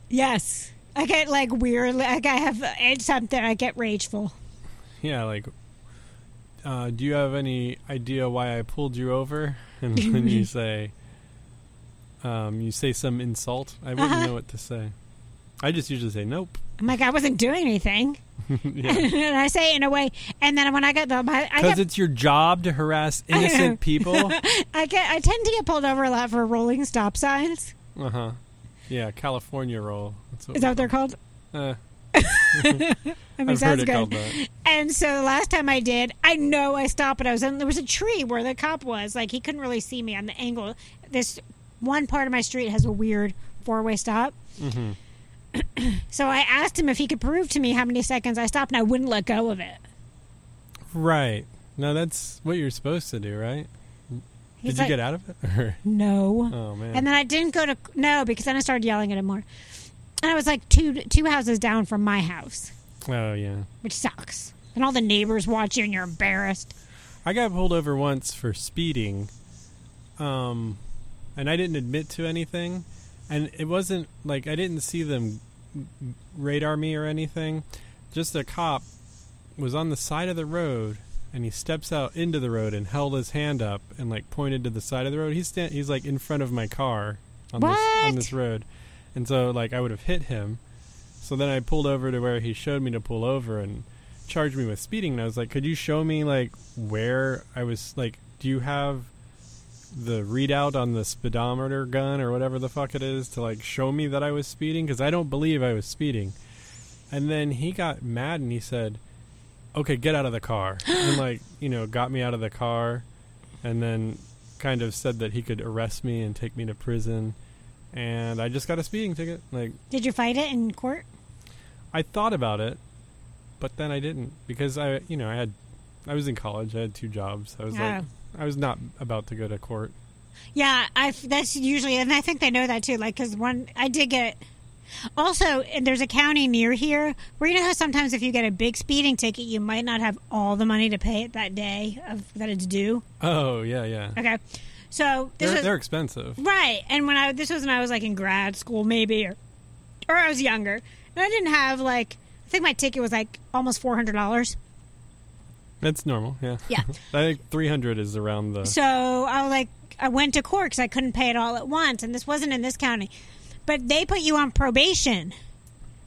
[SPEAKER 1] yes. I get like weird. Like I have it's something. I get rageful.
[SPEAKER 3] yeah, like. Uh, do you have any idea why I pulled you over? And then you say, um, you say some insult. I wouldn't
[SPEAKER 1] Uh-huh.
[SPEAKER 3] know what to say. I just usually say nope.
[SPEAKER 1] I'm like I wasn't doing anything,
[SPEAKER 3] yeah.
[SPEAKER 1] and I say it in a way. And then when I get the, my, I
[SPEAKER 3] Because
[SPEAKER 1] get,
[SPEAKER 3] it's your job to harass
[SPEAKER 1] I know.
[SPEAKER 3] innocent people.
[SPEAKER 1] I get, I tend to get pulled over a lot for rolling stop signs.
[SPEAKER 3] Uh huh. Yeah, California roll. That's
[SPEAKER 1] Is that what they're called?
[SPEAKER 3] Uh,
[SPEAKER 1] I mean,
[SPEAKER 3] I've heard
[SPEAKER 1] sounds
[SPEAKER 3] it
[SPEAKER 1] good.
[SPEAKER 3] called that.
[SPEAKER 1] And so the last time I did, I know I stopped, but I was in there was a tree where the cop was. Like he couldn't really see me on the angle. This one part of my street has a weird four way stop.
[SPEAKER 3] Mhm.
[SPEAKER 1] so I asked him if he could prove to me how many seconds I stopped, and I wouldn't let go of it.
[SPEAKER 3] Right. No, that's what you're supposed to do, right?
[SPEAKER 1] He's
[SPEAKER 3] Did
[SPEAKER 1] like,
[SPEAKER 3] you get out of it? Or-
[SPEAKER 1] No.
[SPEAKER 3] oh man.
[SPEAKER 1] And then I didn't go to no because then I started yelling at him more. And I was like two two houses down from my house,
[SPEAKER 3] oh yeah.
[SPEAKER 1] which sucks. And all the neighbors watch you, and you're embarrassed.
[SPEAKER 3] I got pulled over once for speeding, um, and I didn't admit to anything, and it wasn't like I didn't see them radar me or anything. Just a cop was on the side of the road, and he steps out into the road and held his hand up and like pointed to the side of the road. He's stand- he's like in front of my car on this
[SPEAKER 1] What?
[SPEAKER 3] on this road, and so like I would have hit him. So then I pulled over to where he showed me to pull over and charged me with speeding and I was like, "Could you show me like where I was like do you have the readout on the speedometer gun or whatever the fuck it is to like show me that I was speeding cuz I don't believe I was speeding." And then he got mad and he said, "Okay, get out of the car." and like, you know, got me out of the car and then kind of said that he could arrest me and take me to prison. And I just got a speeding ticket. Like
[SPEAKER 1] Did you fight it in court?
[SPEAKER 3] I thought about it, but then I didn't because I, you know, I had, I was in college. I had two jobs. I was like,
[SPEAKER 1] Oh.
[SPEAKER 3] I was not about to go to court.
[SPEAKER 1] Yeah, I that's usually, and I think they know that too. Like, because one, I did get. Also, and there's a county near here where you know how sometimes if you get a big speeding ticket, you might not have all the money to pay it that day of that it's due.
[SPEAKER 3] Oh yeah, yeah.
[SPEAKER 1] Okay, so this
[SPEAKER 3] They're,
[SPEAKER 1] was
[SPEAKER 3] they're expensive.
[SPEAKER 1] right, and when I this was when I was like in grad school maybe, or or I was younger, and I didn't have like I think my ticket was like almost four hundred dollars.
[SPEAKER 3] That's normal. Yeah.
[SPEAKER 1] Yeah.
[SPEAKER 3] I think three hundred is around the.
[SPEAKER 1] So I was like, I went to court because I couldn't pay it all at once, and this wasn't in this county, but they put you on probation.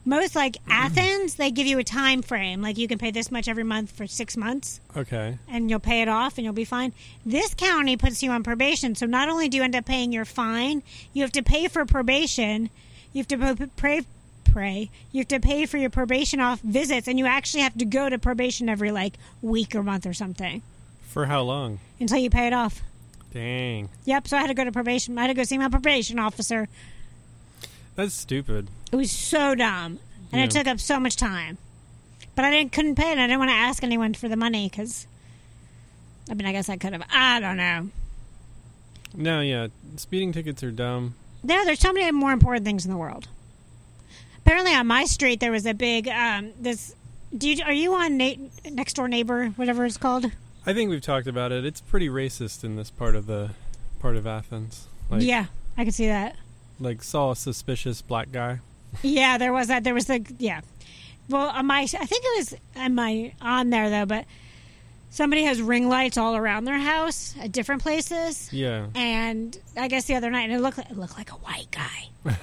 [SPEAKER 1] Most like Athens, they give you a time frame, like you can pay this much every month for six months,
[SPEAKER 3] Okay.
[SPEAKER 1] and you'll pay it off, and you'll be fine. This county puts you on probation, so not only do you end up paying your fine, you have to pay for probation, you have to p- pray, pray, you have to pay for your probation off visits, and you actually have to go to probation every like week or month or something
[SPEAKER 3] For how long?
[SPEAKER 1] until you pay it off.
[SPEAKER 3] Dang.
[SPEAKER 1] Yep, so I had to go to probation. I had to go see my probation officer.
[SPEAKER 3] That's stupid.
[SPEAKER 1] It was so dumb, and
[SPEAKER 3] Yeah.
[SPEAKER 1] it took up so much time. But I didn't couldn't pay, it, and I didn't want to ask anyone for the money because I mean, I guess I could have. I don't know.
[SPEAKER 3] No, yeah, speeding tickets are dumb.
[SPEAKER 1] There, there's so many more important things in the world. Apparently, on my street there was a big um, this. Do you, are you on na- next door neighbor, whatever it's called?
[SPEAKER 3] I think we've talked about it. It's pretty racist in this part of the part of Athens. Like,
[SPEAKER 1] yeah, I could see that.
[SPEAKER 3] like saw a suspicious black guy.
[SPEAKER 1] Yeah, there was that. There was the yeah. Well, on my I think it was on my on there though, but somebody has ring lights all around their house at different places.
[SPEAKER 3] Yeah,
[SPEAKER 1] And I guess the other night, and it looked like, it looked like a white guy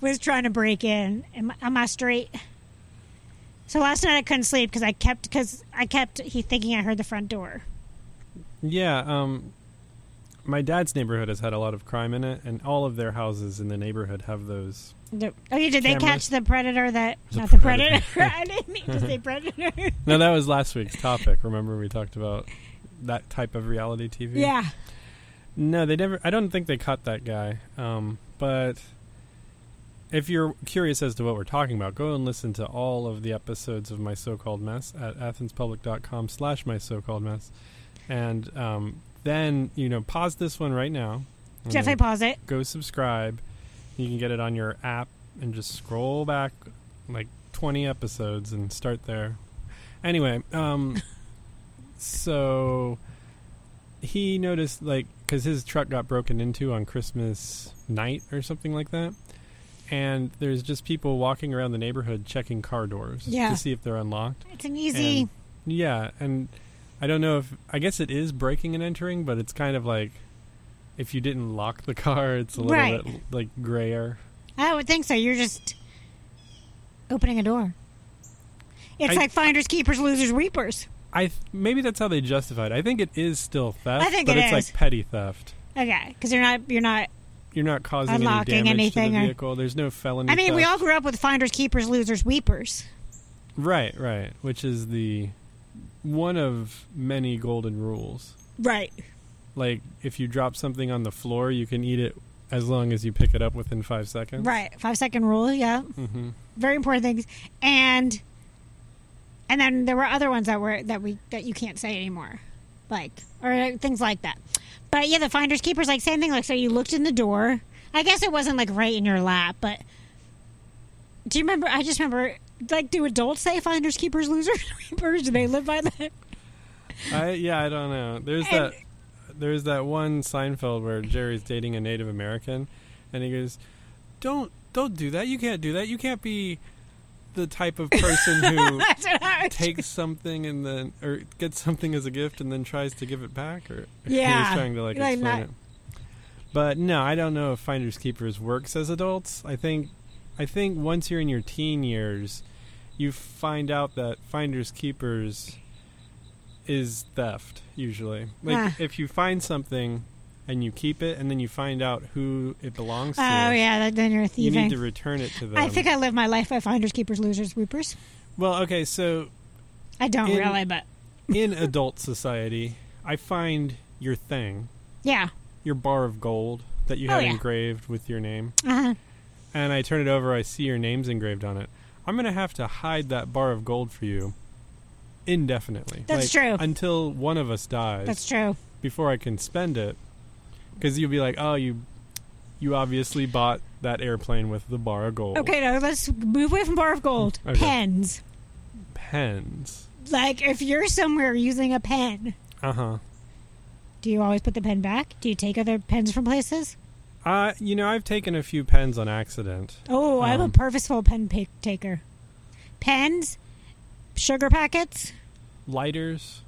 [SPEAKER 1] was trying to break in in my- on my street. So last night I couldn't sleep because I kept because I kept he thinking I heard the front door.
[SPEAKER 3] yeah. Um, my dad's neighborhood has had a lot of crime in it, and all of their houses in the neighborhood have those.
[SPEAKER 1] The- oh, yeah, did they
[SPEAKER 3] Cameras.
[SPEAKER 1] catch the predator? That
[SPEAKER 3] The
[SPEAKER 1] not the
[SPEAKER 3] predator.
[SPEAKER 1] predator. I didn't mean to say predator.
[SPEAKER 3] No, that was last week's topic. Remember we talked about that type of reality TV.
[SPEAKER 1] yeah,
[SPEAKER 3] No, they never. I don't think they caught that guy. Um, but if you're curious as to what we're talking about, go and listen to all of the episodes of my so-called mess at athenspublic.com slash my so-called mess, and um, then you know pause this one right now. and then
[SPEAKER 1] definitely pause it.
[SPEAKER 3] Go subscribe. You can get it on your app and just scroll back like 20 episodes and start there. Anyway, um, so he noticed like because his truck got broken into on Christmas night or something like that, and there's just people walking around the neighborhood checking car doors
[SPEAKER 1] Yeah.
[SPEAKER 3] to see if they're unlocked.
[SPEAKER 1] It's an easy.
[SPEAKER 3] And, yeah, and I don't know if I guess it is breaking and entering, but it's kind of like if you didn't lock the car, it's a little
[SPEAKER 1] Right.
[SPEAKER 3] bit like grayer.
[SPEAKER 1] I would think so. You're just opening a door. It's
[SPEAKER 3] I-
[SPEAKER 1] like finders, keepers, losers, reapers.
[SPEAKER 3] I th- maybe that's how they justify it. I think it is still theft.
[SPEAKER 1] I think
[SPEAKER 3] but
[SPEAKER 1] it
[SPEAKER 3] it's
[SPEAKER 1] is.
[SPEAKER 3] like petty theft.
[SPEAKER 1] Okay, because you're not you're not
[SPEAKER 3] You're not causing
[SPEAKER 1] Unlocking
[SPEAKER 3] any damage
[SPEAKER 1] anything
[SPEAKER 3] to
[SPEAKER 1] or-
[SPEAKER 3] the vehicle. There's no felony.
[SPEAKER 1] I mean, we
[SPEAKER 3] theft.
[SPEAKER 1] all grew up with finders, keepers, losers, weepers.
[SPEAKER 3] Right, right. Which is the one of many golden rules.
[SPEAKER 1] Right.
[SPEAKER 3] Like if you drop something on the floor, you can eat it as long as you pick it up within five seconds.
[SPEAKER 1] Right. Five second rule. Yeah.
[SPEAKER 3] hmm
[SPEAKER 1] Very important things. And and then there were other ones that were that we that you can't say anymore, like or things like that. But yeah, the finders keepers, like same thing. Like so, you looked in the door. I guess it wasn't like right in your lap, but do you remember? I just remember. Like, do adults say finders, keepers, losers, reapers? Do they live by that?
[SPEAKER 3] I yeah, I don't know. There's
[SPEAKER 1] And-
[SPEAKER 3] that there's that one Seinfeld where Jerry's dating a Native American and he goes, "Don't don't do that. You can't do that. You can't be the type of person who
[SPEAKER 1] That's what I was-
[SPEAKER 3] takes something and then or gets something as a gift and then tries to give it back or he was
[SPEAKER 1] Yeah.
[SPEAKER 3] trying to like,
[SPEAKER 1] Like,
[SPEAKER 3] explain
[SPEAKER 1] not-
[SPEAKER 3] it. But no, I don't know if finders keepers works as adults. I think I think once you're in your teen years, you find out that finders keepers is theft usually. Like
[SPEAKER 1] Ah.
[SPEAKER 3] if you find something and you keep it and then you find out who it belongs to.
[SPEAKER 1] Oh yeah, that- then you're
[SPEAKER 3] You
[SPEAKER 1] thieving.
[SPEAKER 3] need to return it to them.
[SPEAKER 1] I think I live my life by finders, keepers, losers, reapers.
[SPEAKER 3] well, okay, so
[SPEAKER 1] I don't
[SPEAKER 3] In-
[SPEAKER 1] really, but
[SPEAKER 3] in adult society, I find your thing,
[SPEAKER 1] yeah.
[SPEAKER 3] your bar of gold that you
[SPEAKER 1] Oh,
[SPEAKER 3] have
[SPEAKER 1] yeah.
[SPEAKER 3] engraved with your name,
[SPEAKER 1] Uh-huh.
[SPEAKER 3] and I turn it over, I see your name's engraved on it. I'm going to have to hide that bar of gold for you indefinitely.
[SPEAKER 1] That's
[SPEAKER 3] Like,
[SPEAKER 1] true.
[SPEAKER 3] Until one of us dies
[SPEAKER 1] That's true.
[SPEAKER 3] before I can spend it. Because you'll be like, oh, you you obviously bought that airplane with the bar of gold.
[SPEAKER 1] Okay, now let's move away from bar of gold.
[SPEAKER 3] Okay.
[SPEAKER 1] Pens.
[SPEAKER 3] Pens.
[SPEAKER 1] Like if you're somewhere using a pen,
[SPEAKER 3] Uh huh.
[SPEAKER 1] do you always put the pen back? Do you take other pens from places?
[SPEAKER 3] Uh, you know, I've taken a few pens on accident.
[SPEAKER 1] Oh, I'm a
[SPEAKER 3] Um,
[SPEAKER 1] purposeful pen pick taker. Pens, sugar packets.
[SPEAKER 3] Lighters.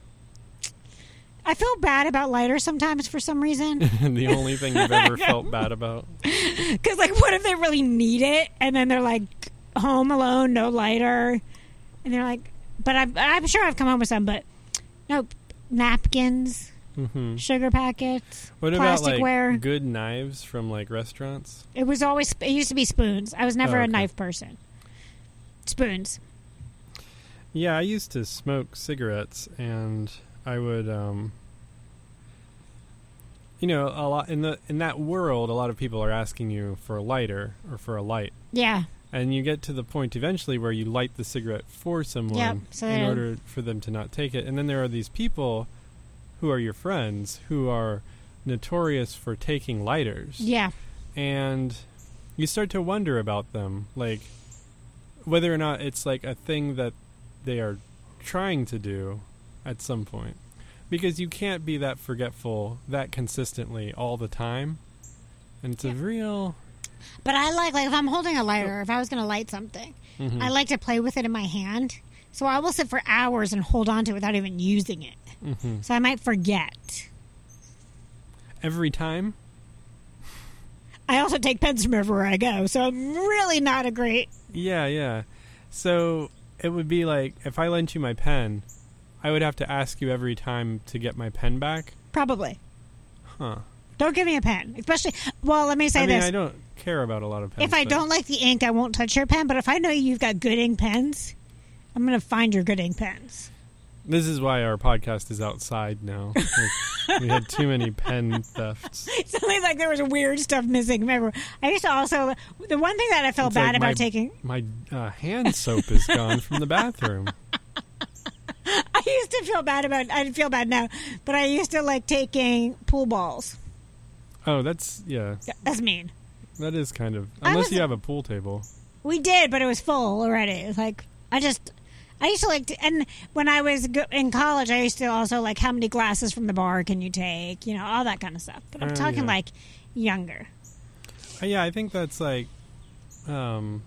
[SPEAKER 1] I feel bad about lighters sometimes for some reason.
[SPEAKER 3] the only thing you've ever felt bad about.
[SPEAKER 1] Because, like, what if they really need it? And then they're like, home alone, no lighter. And they're like, but I'm, I'm sure I've come home with some, but no napkins,
[SPEAKER 3] hmm
[SPEAKER 1] sugar packets.
[SPEAKER 3] What
[SPEAKER 1] Plastic
[SPEAKER 3] about like
[SPEAKER 1] ware.
[SPEAKER 3] good knives from like restaurants?
[SPEAKER 1] It was always, it used to be spoons. I was never
[SPEAKER 3] Oh,
[SPEAKER 1] a
[SPEAKER 3] okay.
[SPEAKER 1] knife person. Spoons.
[SPEAKER 3] Yeah, I used to smoke cigarettes, and I would, um, you know, a lot in the in that world, a lot of people are asking you for a lighter or for a light,
[SPEAKER 1] Yeah.
[SPEAKER 3] and you get to the point eventually where you light the cigarette for someone
[SPEAKER 1] Yep, so they
[SPEAKER 3] in
[SPEAKER 1] don't-
[SPEAKER 3] order for them to not take it, and then there are these people who are your friends who are notorious for taking lighters.
[SPEAKER 1] Yeah.
[SPEAKER 3] And you start to wonder about them, like whether or not it's like a thing that they are trying to do at some point. Because you can't be that forgetful that consistently all the time. And it's a
[SPEAKER 1] Yeah.
[SPEAKER 3] real
[SPEAKER 1] But I like like if I'm holding a lighter, if I was going to light something,
[SPEAKER 3] Mhm.
[SPEAKER 1] I like to play with it in my hand. So I will sit for hours and hold on to it without even using it.
[SPEAKER 3] mhm.
[SPEAKER 1] So I might forget.
[SPEAKER 3] every time.
[SPEAKER 1] I also take pens from everywhere I go, so I'm really not a great.
[SPEAKER 3] Yeah, yeah. So it would be like if I lent you my pen, I would have to ask you every time to get my pen back.
[SPEAKER 1] Probably
[SPEAKER 3] Huh.
[SPEAKER 1] don't give me a pen, especially. Well, let me say
[SPEAKER 3] I mean,
[SPEAKER 1] this:
[SPEAKER 3] I don't care about a lot of pens.
[SPEAKER 1] if I
[SPEAKER 3] but-
[SPEAKER 1] don't like the ink, I won't touch your pen. But if I know you've got good ink pens, I'm going to find your good ink pens.
[SPEAKER 3] This is why our podcast is outside now. Like, we had too many pen thefts.
[SPEAKER 1] It's only like there was weird stuff missing. Remember, I used to also the one thing that I felt
[SPEAKER 3] It's
[SPEAKER 1] bad
[SPEAKER 3] like
[SPEAKER 1] about
[SPEAKER 3] my-
[SPEAKER 1] taking.
[SPEAKER 3] My uh, hand soap is gone from the bathroom.
[SPEAKER 1] I used to feel bad about. I feel bad now, but I used to like taking pool balls.
[SPEAKER 3] Oh, that's yeah.
[SPEAKER 1] That's mean.
[SPEAKER 3] That is kind of
[SPEAKER 1] I
[SPEAKER 3] unless
[SPEAKER 1] was-
[SPEAKER 3] you have a pool table.
[SPEAKER 1] We did, but it was full already. It's Like I just, I used to like, to, and when I was go- in college, I used to also like, how many glasses from the bar can you take? You know, all that kind of stuff. But I'm
[SPEAKER 3] Oh,
[SPEAKER 1] talking
[SPEAKER 3] yeah.
[SPEAKER 1] like younger.
[SPEAKER 3] Uh, yeah, I think that's like um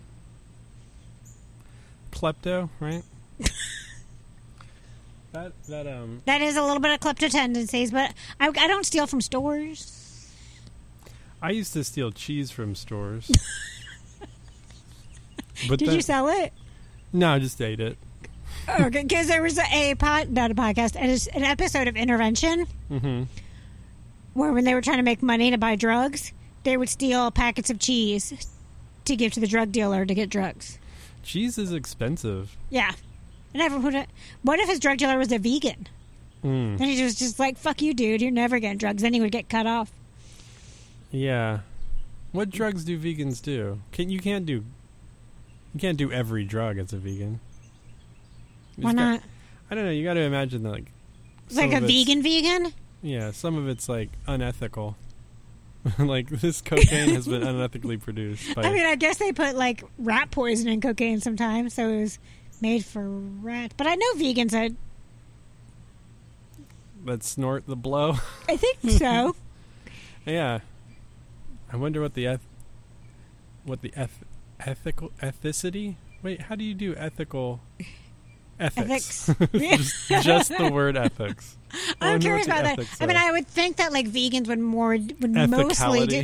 [SPEAKER 3] klepto, right? that that um
[SPEAKER 1] That is a little bit of klepto tendencies, but I, I don't steal from stores.
[SPEAKER 3] I used to steal cheese from stores. but
[SPEAKER 1] Did
[SPEAKER 3] then,
[SPEAKER 1] you sell it?
[SPEAKER 3] No, I just ate it.
[SPEAKER 1] Okay, because Oh, there was a pod, not a podcast, it is an episode of Intervention
[SPEAKER 3] Mhm.
[SPEAKER 1] where when they were trying to make money to buy drugs, they would steal packets of cheese to give to the drug dealer to get drugs.
[SPEAKER 3] Cheese is expensive.
[SPEAKER 1] Yeah. And everyone would what if his drug dealer was a vegan?
[SPEAKER 3] Mm.
[SPEAKER 1] Then he was just like, fuck you, dude, you're never getting drugs. Then he would get cut off.
[SPEAKER 3] Yeah. What drugs do vegans do? Can you can't do you can't do every drug as a vegan. You
[SPEAKER 1] Why
[SPEAKER 3] just got-
[SPEAKER 1] not?
[SPEAKER 3] I don't know. You got to imagine that, like,
[SPEAKER 1] It's like
[SPEAKER 3] some
[SPEAKER 1] a
[SPEAKER 3] of it's-
[SPEAKER 1] vegan vegan?
[SPEAKER 3] Yeah, some of it's like unethical. like this cocaine has been unethically produced. By,
[SPEAKER 1] I mean, I guess they put like rat poison in cocaine sometimes, so it was made for rat. But I know vegans, I,
[SPEAKER 3] that snort the blow.
[SPEAKER 1] I think so.
[SPEAKER 3] yeah, I wonder what the eth- what the eth- ethical ethicity. Wait, how do you do ethical ethics?
[SPEAKER 1] Ethics.
[SPEAKER 3] just, just the word ethics. I
[SPEAKER 1] I'm
[SPEAKER 3] wonder
[SPEAKER 1] curious
[SPEAKER 3] what the
[SPEAKER 1] about that.
[SPEAKER 3] ethics
[SPEAKER 1] I mean,
[SPEAKER 3] are.
[SPEAKER 1] I would think that like vegans would more would mostly do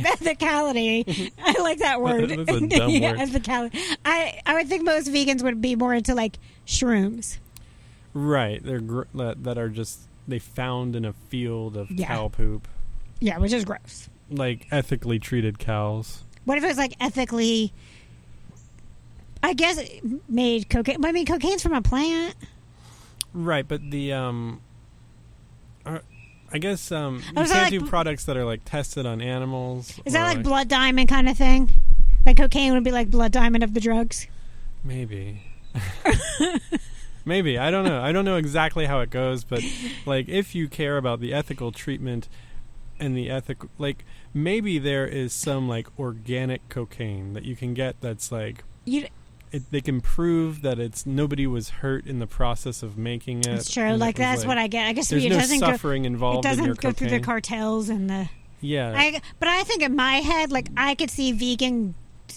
[SPEAKER 3] Ethicality.
[SPEAKER 1] ethicality. I like that word.
[SPEAKER 3] That's a dumb
[SPEAKER 1] Yeah,
[SPEAKER 3] word.
[SPEAKER 1] Ethicality. I I would think most vegans would be more into like shrooms.
[SPEAKER 3] right. They're gr- that, that are just they found in a field of
[SPEAKER 1] Yeah.
[SPEAKER 3] cow poop,
[SPEAKER 1] Yeah, which is gross.
[SPEAKER 3] like ethically treated cows.
[SPEAKER 1] What if it was like ethically? I guess it made cocaine. but I mean, cocaine's from a plant.
[SPEAKER 3] Right, but the um, are, I guess um, you
[SPEAKER 1] Oh,
[SPEAKER 3] can't
[SPEAKER 1] is that like
[SPEAKER 3] do
[SPEAKER 1] bl-
[SPEAKER 3] products that are like tested on animals.
[SPEAKER 1] Is
[SPEAKER 3] or,
[SPEAKER 1] that like blood diamond kind of thing? Like cocaine would be like blood diamond of the drugs.
[SPEAKER 3] maybe? maybe I don't know. I don't know exactly how it goes, but like if you care about the ethical treatment and the ethical, like maybe there is some like organic cocaine that you can get that's like
[SPEAKER 1] You,
[SPEAKER 3] it, they can prove that it's nobody was hurt in the process of making it.
[SPEAKER 1] that's true.
[SPEAKER 3] and it
[SPEAKER 1] Like
[SPEAKER 3] was,
[SPEAKER 1] that's what I get. I guess
[SPEAKER 3] There's
[SPEAKER 1] it
[SPEAKER 3] no
[SPEAKER 1] doesn't go.
[SPEAKER 3] suffering
[SPEAKER 1] It
[SPEAKER 3] involved in
[SPEAKER 1] doesn't
[SPEAKER 3] your
[SPEAKER 1] go through
[SPEAKER 3] cocaine.
[SPEAKER 1] the cartels and the.
[SPEAKER 3] yeah,
[SPEAKER 1] I, but I think in my head, like I could see vegan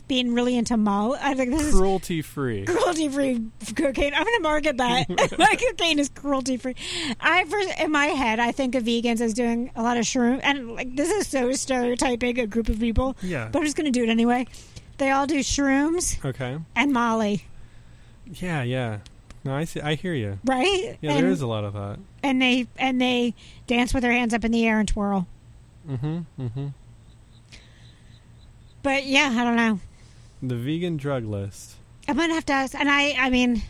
[SPEAKER 1] being really into mall. I think this is
[SPEAKER 3] cruelty free.
[SPEAKER 1] cruelty free cocaine. I'm gonna market that. my cocaine is cruelty free. I first in my head, I think of vegans as doing a lot of shroom, and like this is so stereotyping a group of people,
[SPEAKER 3] Yeah.
[SPEAKER 1] but I'm just gonna do it anyway. They all do shrooms
[SPEAKER 3] Okay.
[SPEAKER 1] and Molly,
[SPEAKER 3] Yeah, yeah. No, I see. I hear you.
[SPEAKER 1] right?
[SPEAKER 3] Yeah,
[SPEAKER 1] and,
[SPEAKER 3] there is a lot of that.
[SPEAKER 1] and they and they dance with their hands up in the air and twirl.
[SPEAKER 3] Mm-hmm. Mm-hmm.
[SPEAKER 1] But yeah, I don't know.
[SPEAKER 3] The vegan drug list.
[SPEAKER 1] I'm gonna have to ask, and I, I mean,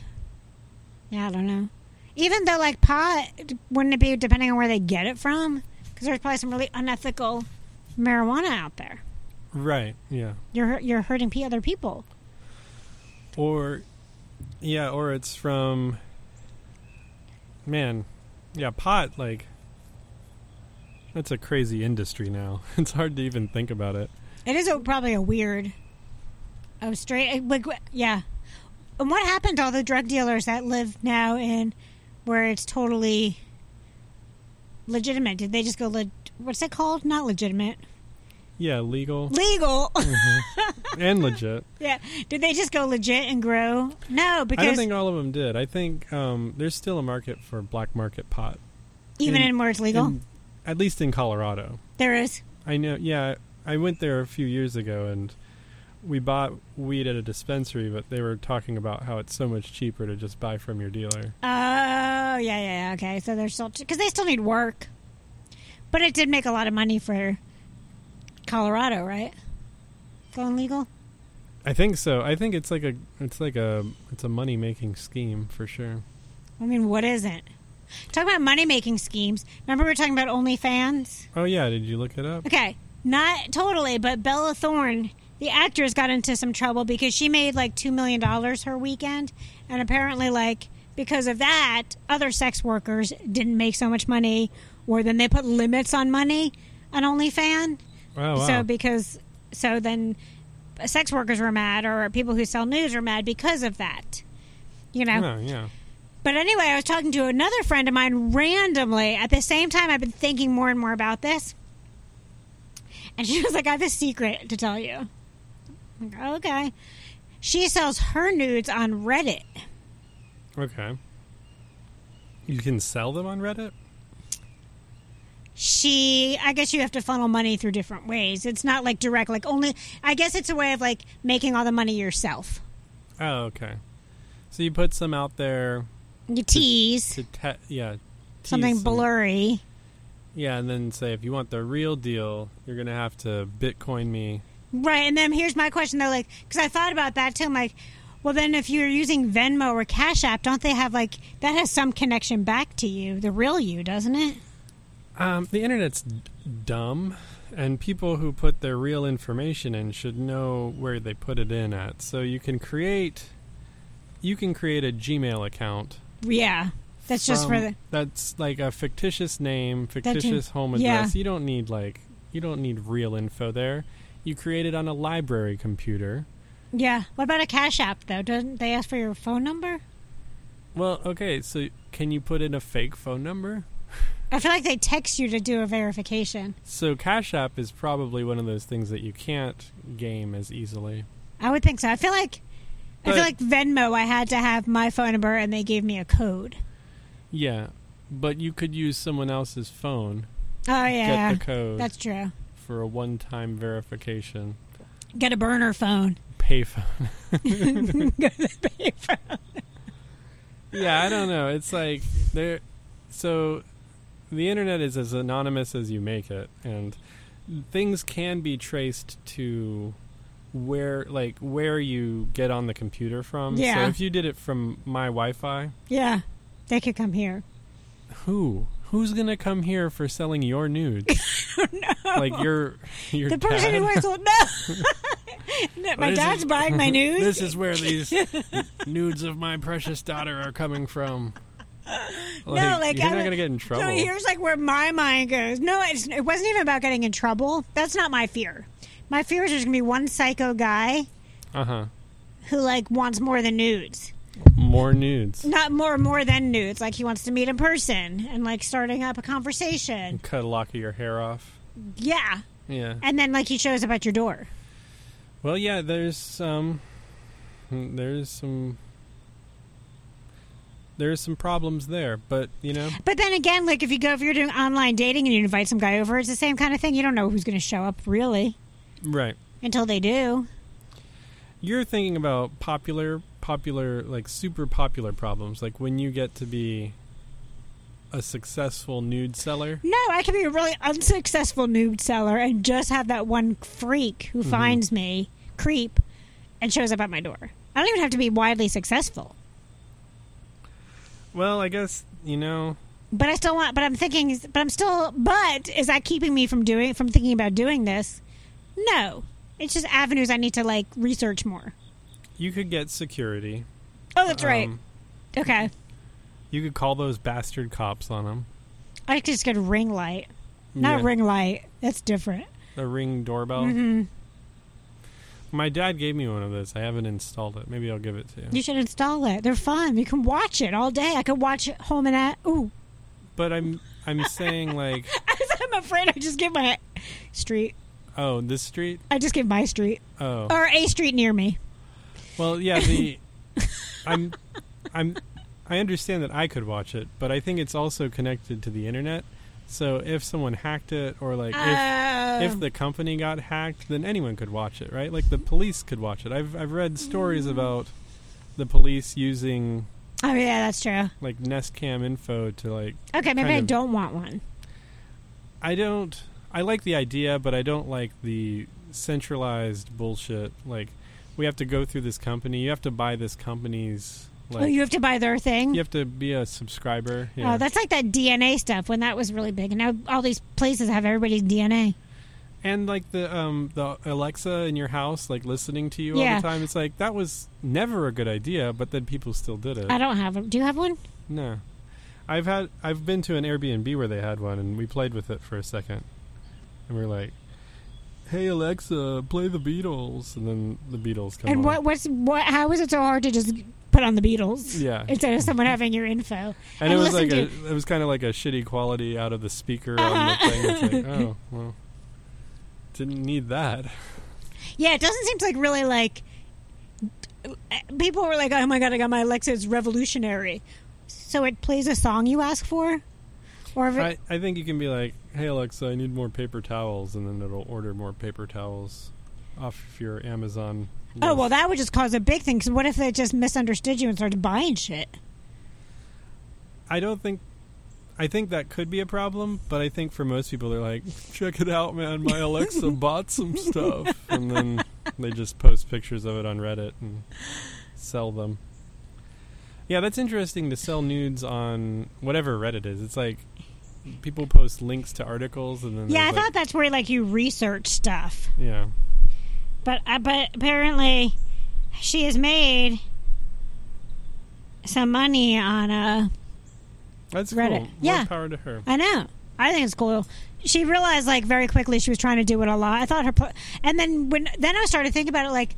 [SPEAKER 1] yeah, I don't know. Even though, like pot, wouldn't it be depending on where they get it from? Because there's probably some really unethical marijuana out there.
[SPEAKER 3] Right. Yeah.
[SPEAKER 1] You're hurt- you're hurting pe- other people.
[SPEAKER 3] Or, yeah, or it's from. Man, yeah, pot. Like, That's a crazy industry now. It's hard to even think about it.
[SPEAKER 1] It is a, probably a weird. Oh, straight. Like, yeah. And what happened to all the drug dealers that live now in where it's totally legitimate? Did they just go? Le- what's it called? Not legitimate.
[SPEAKER 3] Yeah, legal
[SPEAKER 1] Legal.
[SPEAKER 3] and legit.
[SPEAKER 1] yeah. Did they just go legit and grow? No,
[SPEAKER 3] I don't
[SPEAKER 1] because
[SPEAKER 3] think all of them did. I think um, there's still a market for black market pot.
[SPEAKER 1] even
[SPEAKER 3] in-
[SPEAKER 1] in, where it's legal,
[SPEAKER 3] In- at least in Colorado.
[SPEAKER 1] there is.
[SPEAKER 3] I know. Yeah, I went there a few years ago, and we bought weed at a dispensary, but they were talking about how it's so much cheaper to just buy from your dealer.
[SPEAKER 1] Oh yeah, yeah. yeah, Okay, so they're still because they still need work, but it did make a lot of money for Colorado, right? Going legal.
[SPEAKER 3] I think so. I think it's like a it's like a it's a money making scheme for sure.
[SPEAKER 1] I mean, what isn't? Talk about money making schemes. Remember we were talking about OnlyFans?
[SPEAKER 3] Oh yeah, did you look it up?
[SPEAKER 1] Okay, not totally, but Bella Thorne, the actress, got into some trouble because she made like $2 million her weekend. And apparently, like, because of that, other sex workers didn't make so much money, or then they put limits on money on OnlyFans.
[SPEAKER 3] Oh wow.
[SPEAKER 1] So because so then sex workers were mad or people who sell news were mad because of that. You know.
[SPEAKER 3] Oh, yeah.
[SPEAKER 1] But anyway, I was talking to another friend of mine randomly at the same time I've been thinking more and more about this. And she was like, I have a secret to tell you. I'm like, okay. She sells her nudes on Reddit.
[SPEAKER 3] Okay. You can sell them on Reddit?
[SPEAKER 1] she i guess you have to funnel money through different ways it's not like direct like only i guess it's a way of like making all the money yourself
[SPEAKER 3] Oh, okay. So you put some out there
[SPEAKER 1] you tease
[SPEAKER 3] to te- yeah, tease
[SPEAKER 1] something
[SPEAKER 3] some-
[SPEAKER 1] blurry
[SPEAKER 3] Yeah, and then say if you want the real deal, you're going to have to bitcoin me.
[SPEAKER 1] right and then here's my question though like because i thought about that too i'm like well then if you're using venmo or cash app don't they have like that has some connection back to you the real you doesn't it
[SPEAKER 3] Um, the internet's d- dumb and people who put their real information in should know where they put it in at. So you can create you can create a Gmail account.
[SPEAKER 1] yeah that's just for
[SPEAKER 3] from-
[SPEAKER 1] the
[SPEAKER 3] That's like a fictitious name,
[SPEAKER 1] gen-
[SPEAKER 3] fictitious home
[SPEAKER 1] yeah.
[SPEAKER 3] address. You don't need like you don't need real info there. You create it on a library computer.
[SPEAKER 1] yeah what about a cash app though doesn't they ask for your phone number
[SPEAKER 3] Well, okay, so can you put in a fake phone number?
[SPEAKER 1] i feel like they text you to do a verification
[SPEAKER 3] So Cash App is probably one of those things that you can't game as easily.
[SPEAKER 1] I would think so. I feel like I
[SPEAKER 3] But-
[SPEAKER 1] feel like Venmo. I had to have my phone number, and they gave me a code.
[SPEAKER 3] Yeah, but you could use someone else's phone,
[SPEAKER 1] Oh yeah,
[SPEAKER 3] get the code
[SPEAKER 1] that's true.
[SPEAKER 3] for a one-time verification.
[SPEAKER 1] Get a burner phone.
[SPEAKER 3] Payphone.
[SPEAKER 1] Get a pay phone.
[SPEAKER 3] yeah, I don't know. It's like there. So the internet is as anonymous as you make it, and things can be traced to where, like, where you get on the computer from.
[SPEAKER 1] Yeah.
[SPEAKER 3] So if you did it from my Wi-Fi,
[SPEAKER 1] yeah, they could come here.
[SPEAKER 3] who? Who's gonna come here for selling your nudes? Like your your
[SPEAKER 1] The person
[SPEAKER 3] dad?
[SPEAKER 1] who works with no. No, my
[SPEAKER 3] This
[SPEAKER 1] dad's
[SPEAKER 3] is-
[SPEAKER 1] buying my news.
[SPEAKER 3] This is where these nudes of my precious daughter are coming from.
[SPEAKER 1] like,
[SPEAKER 3] you're
[SPEAKER 1] I
[SPEAKER 3] not
[SPEAKER 1] would-
[SPEAKER 3] gonna get in trouble.
[SPEAKER 1] So here's like where my mind goes. No, it's, it wasn't even about getting in trouble. That's not my fear. My fear is there's gonna be one psycho guy
[SPEAKER 3] Uh huh.
[SPEAKER 1] who like wants more than nudes.
[SPEAKER 3] More nudes.
[SPEAKER 1] not more more than nudes like he wants to meet in person and like starting up a conversation
[SPEAKER 3] cut a lock of your hair off.
[SPEAKER 1] yeah
[SPEAKER 3] Yeah.
[SPEAKER 1] and then like he shows up at your door
[SPEAKER 3] Well, yeah. There's um, there's some there's some problems there, but you know,
[SPEAKER 1] but then again like if you go if you're doing online dating and you invite some guy over it's the same kind of thing you don't know who's going to show up really
[SPEAKER 3] right.
[SPEAKER 1] until they do
[SPEAKER 3] You're thinking about popular, popular, like super popular problems, like when you get to be a successful nude seller.
[SPEAKER 1] no i could be a really unsuccessful nude seller and just have that one freak
[SPEAKER 3] Mm-hmm.
[SPEAKER 1] who finds me creep and shows up at my door i don't even have to be widely successful
[SPEAKER 3] Well, I guess you know.
[SPEAKER 1] But I still want. But I'm thinking. But I'm still. But is that keeping me from doing from thinking about doing this? No. It's just avenues I need to like research more.
[SPEAKER 3] You could get security.
[SPEAKER 1] Oh, that's right.
[SPEAKER 3] Um,
[SPEAKER 1] Okay.
[SPEAKER 3] You could call those bastard cops on them.
[SPEAKER 1] I could just get a ring light. Not
[SPEAKER 3] Yeah. Oh.
[SPEAKER 1] ring light. That's different.
[SPEAKER 3] The ring doorbell.
[SPEAKER 1] hmm
[SPEAKER 3] My dad gave me one of those. I haven't installed it. Maybe I'll give it to you.
[SPEAKER 1] You should install it. They're fun. You can watch it all day. I could watch it home and at. Ooh,
[SPEAKER 3] But I'm I'm saying like,
[SPEAKER 1] I'm afraid I just give my street.
[SPEAKER 3] oh, this street.
[SPEAKER 1] I just give my street
[SPEAKER 3] Oh,
[SPEAKER 1] or a street near me.
[SPEAKER 3] well, yeah. The I'm I'm I understand that I could watch it, but I think it's also connected to the internet. So if someone hacked it, or like if if
[SPEAKER 1] Um,
[SPEAKER 3] the company got hacked, then anyone could watch it, right? Like the police could watch it. I've I've read stories about the police using
[SPEAKER 1] oh yeah, that's true.
[SPEAKER 3] like Nest Cam info to like
[SPEAKER 1] Okay, maybe
[SPEAKER 3] Kind
[SPEAKER 1] I
[SPEAKER 3] of-
[SPEAKER 1] don't want one.
[SPEAKER 3] I don't. I like the idea, but I don't like the centralized bullshit. Like, we have to go through this company. You have to buy this company's. Like,
[SPEAKER 1] oh, you have to buy their thing.
[SPEAKER 3] you have to be a subscriber. Yeah.
[SPEAKER 1] Oh, that's like that DNA stuff when that was really big, and now all these places have everybody's DNA.
[SPEAKER 3] and like the um the Alexa in your house, like listening to you all
[SPEAKER 1] Yeah.
[SPEAKER 3] the time. It's like that was never a good idea, but then people still did it.
[SPEAKER 1] I don't have one. Do you have one?
[SPEAKER 3] No. I've had I've been to an Airbnb where they had one and we played with it for a second. And we are like, "Hey Alexa, play the Beatles." And then the Beatles come
[SPEAKER 1] and
[SPEAKER 3] on.
[SPEAKER 1] what? What's what? How is it so hard to just put on the Beatles
[SPEAKER 3] Yeah.
[SPEAKER 1] instead of someone having your info?
[SPEAKER 3] and
[SPEAKER 1] I
[SPEAKER 3] it was like
[SPEAKER 1] listened
[SPEAKER 3] a, it was kind of like a shitty quality out of the speaker on the
[SPEAKER 1] Uh-huh.
[SPEAKER 3] thing. It's like, "Oh, well. Didn't need that."
[SPEAKER 1] Yeah, it doesn't seem to like really like. People were like, "Oh my god, I got my Alexa. It's revolutionary." So it plays a song you ask for, or if it,
[SPEAKER 3] I, I think you can be like, "Hey Alexa, I need more paper towels." And then it'll order more paper towels off your Amazon.
[SPEAKER 1] oh
[SPEAKER 3] list.
[SPEAKER 1] well, that would just cause a big thing. Because what if they just misunderstood you and started buying shit?
[SPEAKER 3] I don't think. I think that could be a problem, but I think for most people, they're like, check it out, man. My Alexa bought some stuff. And then they just post pictures of it on Reddit and sell them. Yeah, that's interesting to sell nudes on whatever Reddit is. It's like people post links to articles and then.
[SPEAKER 1] Yeah, I
[SPEAKER 3] there's,
[SPEAKER 1] thought that's where like you research stuff.
[SPEAKER 3] like- Yeah.
[SPEAKER 1] But uh, but apparently, she has made some money on uh, a.
[SPEAKER 3] That's
[SPEAKER 1] Reddit.
[SPEAKER 3] cool. More
[SPEAKER 1] Yeah.
[SPEAKER 3] power to her.
[SPEAKER 1] I know. I think it's cool. She realized like very quickly she was trying to do it a lot. I thought her, po- and then when then I started thinking about it like.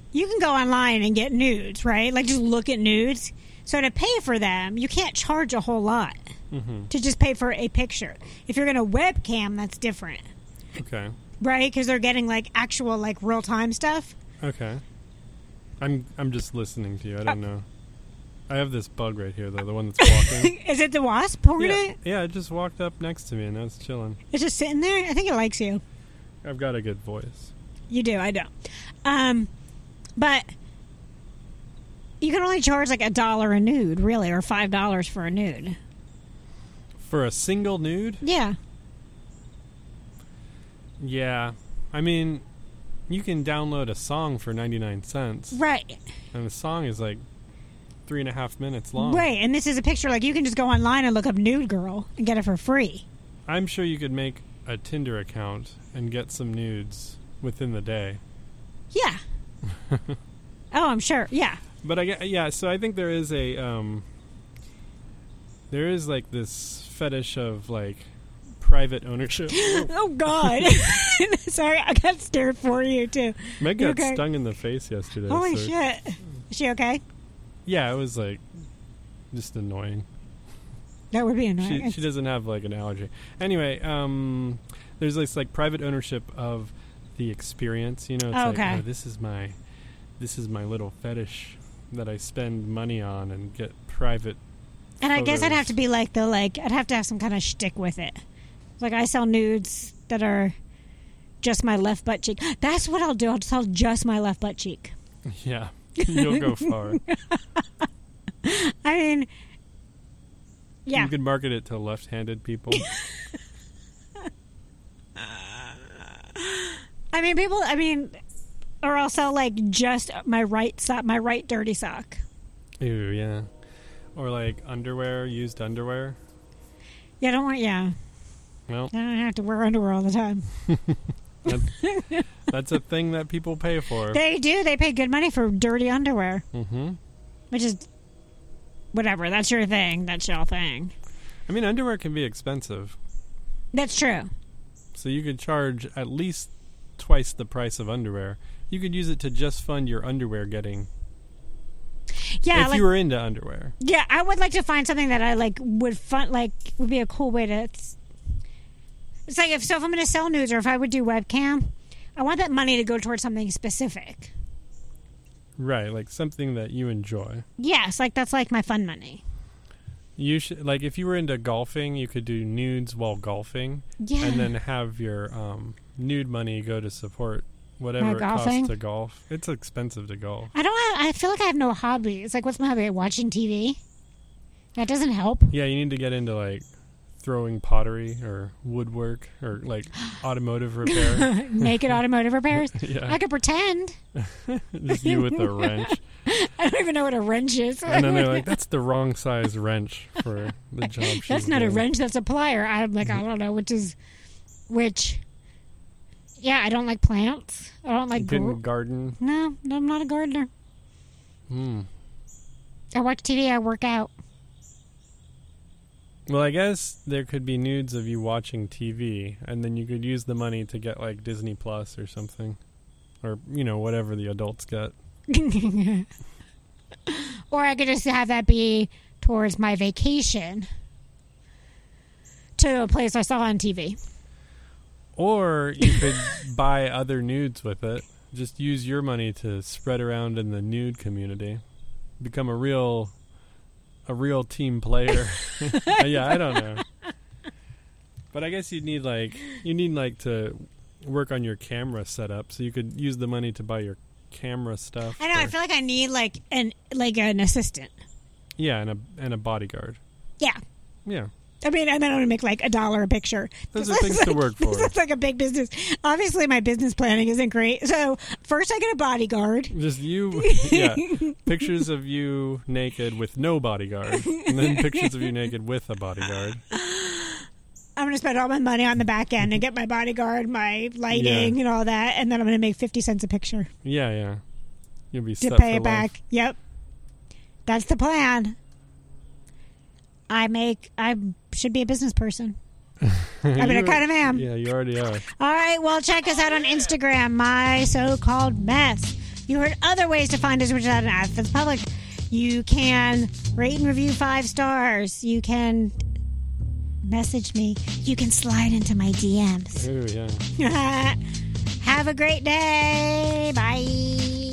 [SPEAKER 1] you can go online and get nudes, right? Like just look at nudes. So to pay for them, you can't charge a whole lot
[SPEAKER 3] hmm
[SPEAKER 1] to just pay for a picture. If you're going to webcam, that's different,
[SPEAKER 3] Okay.
[SPEAKER 1] right? Because they're getting like actual like real time stuff.
[SPEAKER 3] Okay. I'm, I'm just listening to you. I don't know. I have this bug right here, though, the one that's walking.
[SPEAKER 1] Is it the wasp holding
[SPEAKER 3] Yeah,
[SPEAKER 1] it?
[SPEAKER 3] yeah, it just walked up next to me and now it's chilling.
[SPEAKER 1] It's just sitting there. I think it likes you.
[SPEAKER 3] I've got a good voice.
[SPEAKER 1] You do. I don't. Um, but you can only charge like a dollar a nude, really, or five dollars for a nude.
[SPEAKER 3] For a single nude?
[SPEAKER 1] Yeah.
[SPEAKER 3] Yeah. I mean, you can download a song for 99 cents,
[SPEAKER 1] Right.
[SPEAKER 3] and the song is like three and a half minutes long.
[SPEAKER 1] Right. And this is a picture. Like you can just go online and look up nude girl and get it for free.
[SPEAKER 3] I'm sure you could make a Tinder account and get some nudes within the day.
[SPEAKER 1] Yeah. oh, I'm sure. Yeah.
[SPEAKER 3] But I gue- yeah, so I think there is a um there is like this fetish of like private ownership. Oh,
[SPEAKER 1] Oh God. Sorry, I got scared for you too.
[SPEAKER 3] Meg got
[SPEAKER 1] Okay.
[SPEAKER 3] stung in the face yesterday.
[SPEAKER 1] Holy
[SPEAKER 3] so-
[SPEAKER 1] shit. Is she okay?
[SPEAKER 3] Yeah, it was like just annoying.
[SPEAKER 1] That would be annoying.
[SPEAKER 3] She, she doesn't have like an allergy. Anyway, um, there's this like private ownership of the experience. You know, it's
[SPEAKER 1] Okay.
[SPEAKER 3] like oh, this is my this is my little fetish that I spend money on and get private.
[SPEAKER 1] And I guess I'd
[SPEAKER 3] photos.
[SPEAKER 1] have to be like the like I'd have to have some kind of shtick with it. Like I sell nudes that are just my left butt cheek. That's what I'll do. I'll sell just my left butt cheek.
[SPEAKER 3] Yeah, you'll go far.
[SPEAKER 1] I mean, yeah,
[SPEAKER 3] You could market it to left-handed people.
[SPEAKER 1] I mean people. I mean, or I'll sell like just my right sock, my right dirty sock.
[SPEAKER 3] Ew, yeah. Or like underwear, used underwear.
[SPEAKER 1] Yeah, I don't want. Yeah,
[SPEAKER 3] Well,
[SPEAKER 1] I don't have to wear underwear all the time.
[SPEAKER 3] that's a thing that people pay for.
[SPEAKER 1] They do. They pay good money for dirty underwear,
[SPEAKER 3] Mm-hmm.
[SPEAKER 1] which is whatever. That's your thing. That's your thing.
[SPEAKER 3] I mean, underwear can be expensive,
[SPEAKER 1] That's true.
[SPEAKER 3] so you could charge at least twice the price of underwear. You could use it to just fund your underwear getting
[SPEAKER 1] Yeah,
[SPEAKER 3] if
[SPEAKER 1] like
[SPEAKER 3] you were into underwear.
[SPEAKER 1] yeah, I would like to find something that I like would fun like would be a cool way to. It's, it's like if so if I'm going to sell nudes or if I would do webcam, I want that money to go towards something specific.
[SPEAKER 3] Right, like something that you enjoy.
[SPEAKER 1] Yes, like that's like my fun money.
[SPEAKER 3] You should like if you were into golfing, you could do nudes while golfing,
[SPEAKER 1] Yeah,
[SPEAKER 3] and then have your um, nude money go to support whatever it
[SPEAKER 1] golfing?
[SPEAKER 3] costs to golf. It's expensive to golf.
[SPEAKER 1] I don't. Have, I feel like I have no hobby. It's like what's my hobby? Watching TV. That doesn't help.
[SPEAKER 3] Yeah, you need to get into like throwing pottery or woodwork or like automotive repair.
[SPEAKER 1] Naked automotive repairs.
[SPEAKER 3] yeah,
[SPEAKER 1] I could pretend.
[SPEAKER 3] just you with a wrench,
[SPEAKER 1] I don't even know what a wrench is.
[SPEAKER 3] and then they're like, "That's the wrong size wrench for the job."
[SPEAKER 1] That's
[SPEAKER 3] she's
[SPEAKER 1] not a
[SPEAKER 3] doing."
[SPEAKER 1] wrench. That's a plier. I'm like, I don't know which is which. Yeah, I don't like plants. I don't
[SPEAKER 3] You
[SPEAKER 1] like.
[SPEAKER 3] couldn't
[SPEAKER 1] gro-
[SPEAKER 3] garden.
[SPEAKER 1] no, no, I'm not a gardener.
[SPEAKER 3] Hmm.
[SPEAKER 1] I watch TV. I work out.
[SPEAKER 3] Well, I guess there could be nudes of you watching TV, and then you could use the money to get like Disney Plus or something, or you know whatever the adults get.
[SPEAKER 1] or I could just have that be towards my vacation to a place I saw on TV.
[SPEAKER 3] Or you could buy other nudes with it. Just use your money to spread around in the nude community, become a real, a real team player. Uh, yeah, I don't know. But I guess you'd need like you need like to work on your camera setup, so you could use the money to buy your camera stuff.
[SPEAKER 1] I know. I
[SPEAKER 3] for-
[SPEAKER 1] feel like I need like an like an assistant.
[SPEAKER 3] Yeah, and a and a bodyguard.
[SPEAKER 1] Yeah.
[SPEAKER 3] Yeah,
[SPEAKER 1] I mean, I'm only make like a dollar a picture.
[SPEAKER 3] those are things to work for.
[SPEAKER 1] This is like a big business. Obviously, my business planning isn't great. So first, I get a bodyguard.
[SPEAKER 3] Just you, yeah. Pictures of you naked with no bodyguard, and then pictures of you naked with a bodyguard.
[SPEAKER 1] I'm going to spend all my money on the back end and get my bodyguard, my lighting,
[SPEAKER 3] Yeah.
[SPEAKER 1] and all that, and then I'm going to make fifty cents a picture
[SPEAKER 3] Yeah, yeah. You'll be
[SPEAKER 1] to
[SPEAKER 3] set
[SPEAKER 1] pay
[SPEAKER 3] for
[SPEAKER 1] it back.
[SPEAKER 3] life.
[SPEAKER 1] Yep, that's the plan. I make. I should be a business person. I mean, I
[SPEAKER 3] You-
[SPEAKER 1] kind of am.
[SPEAKER 3] Yeah, you already are.
[SPEAKER 1] All right, well, check us out on Instagram, my so called mess. You heard other ways to find us, which is not an ad for the public. You can rate and review five stars. You can message me. You can slide into my DMs.
[SPEAKER 3] Ooh, yeah.
[SPEAKER 1] Have a great day. Bye.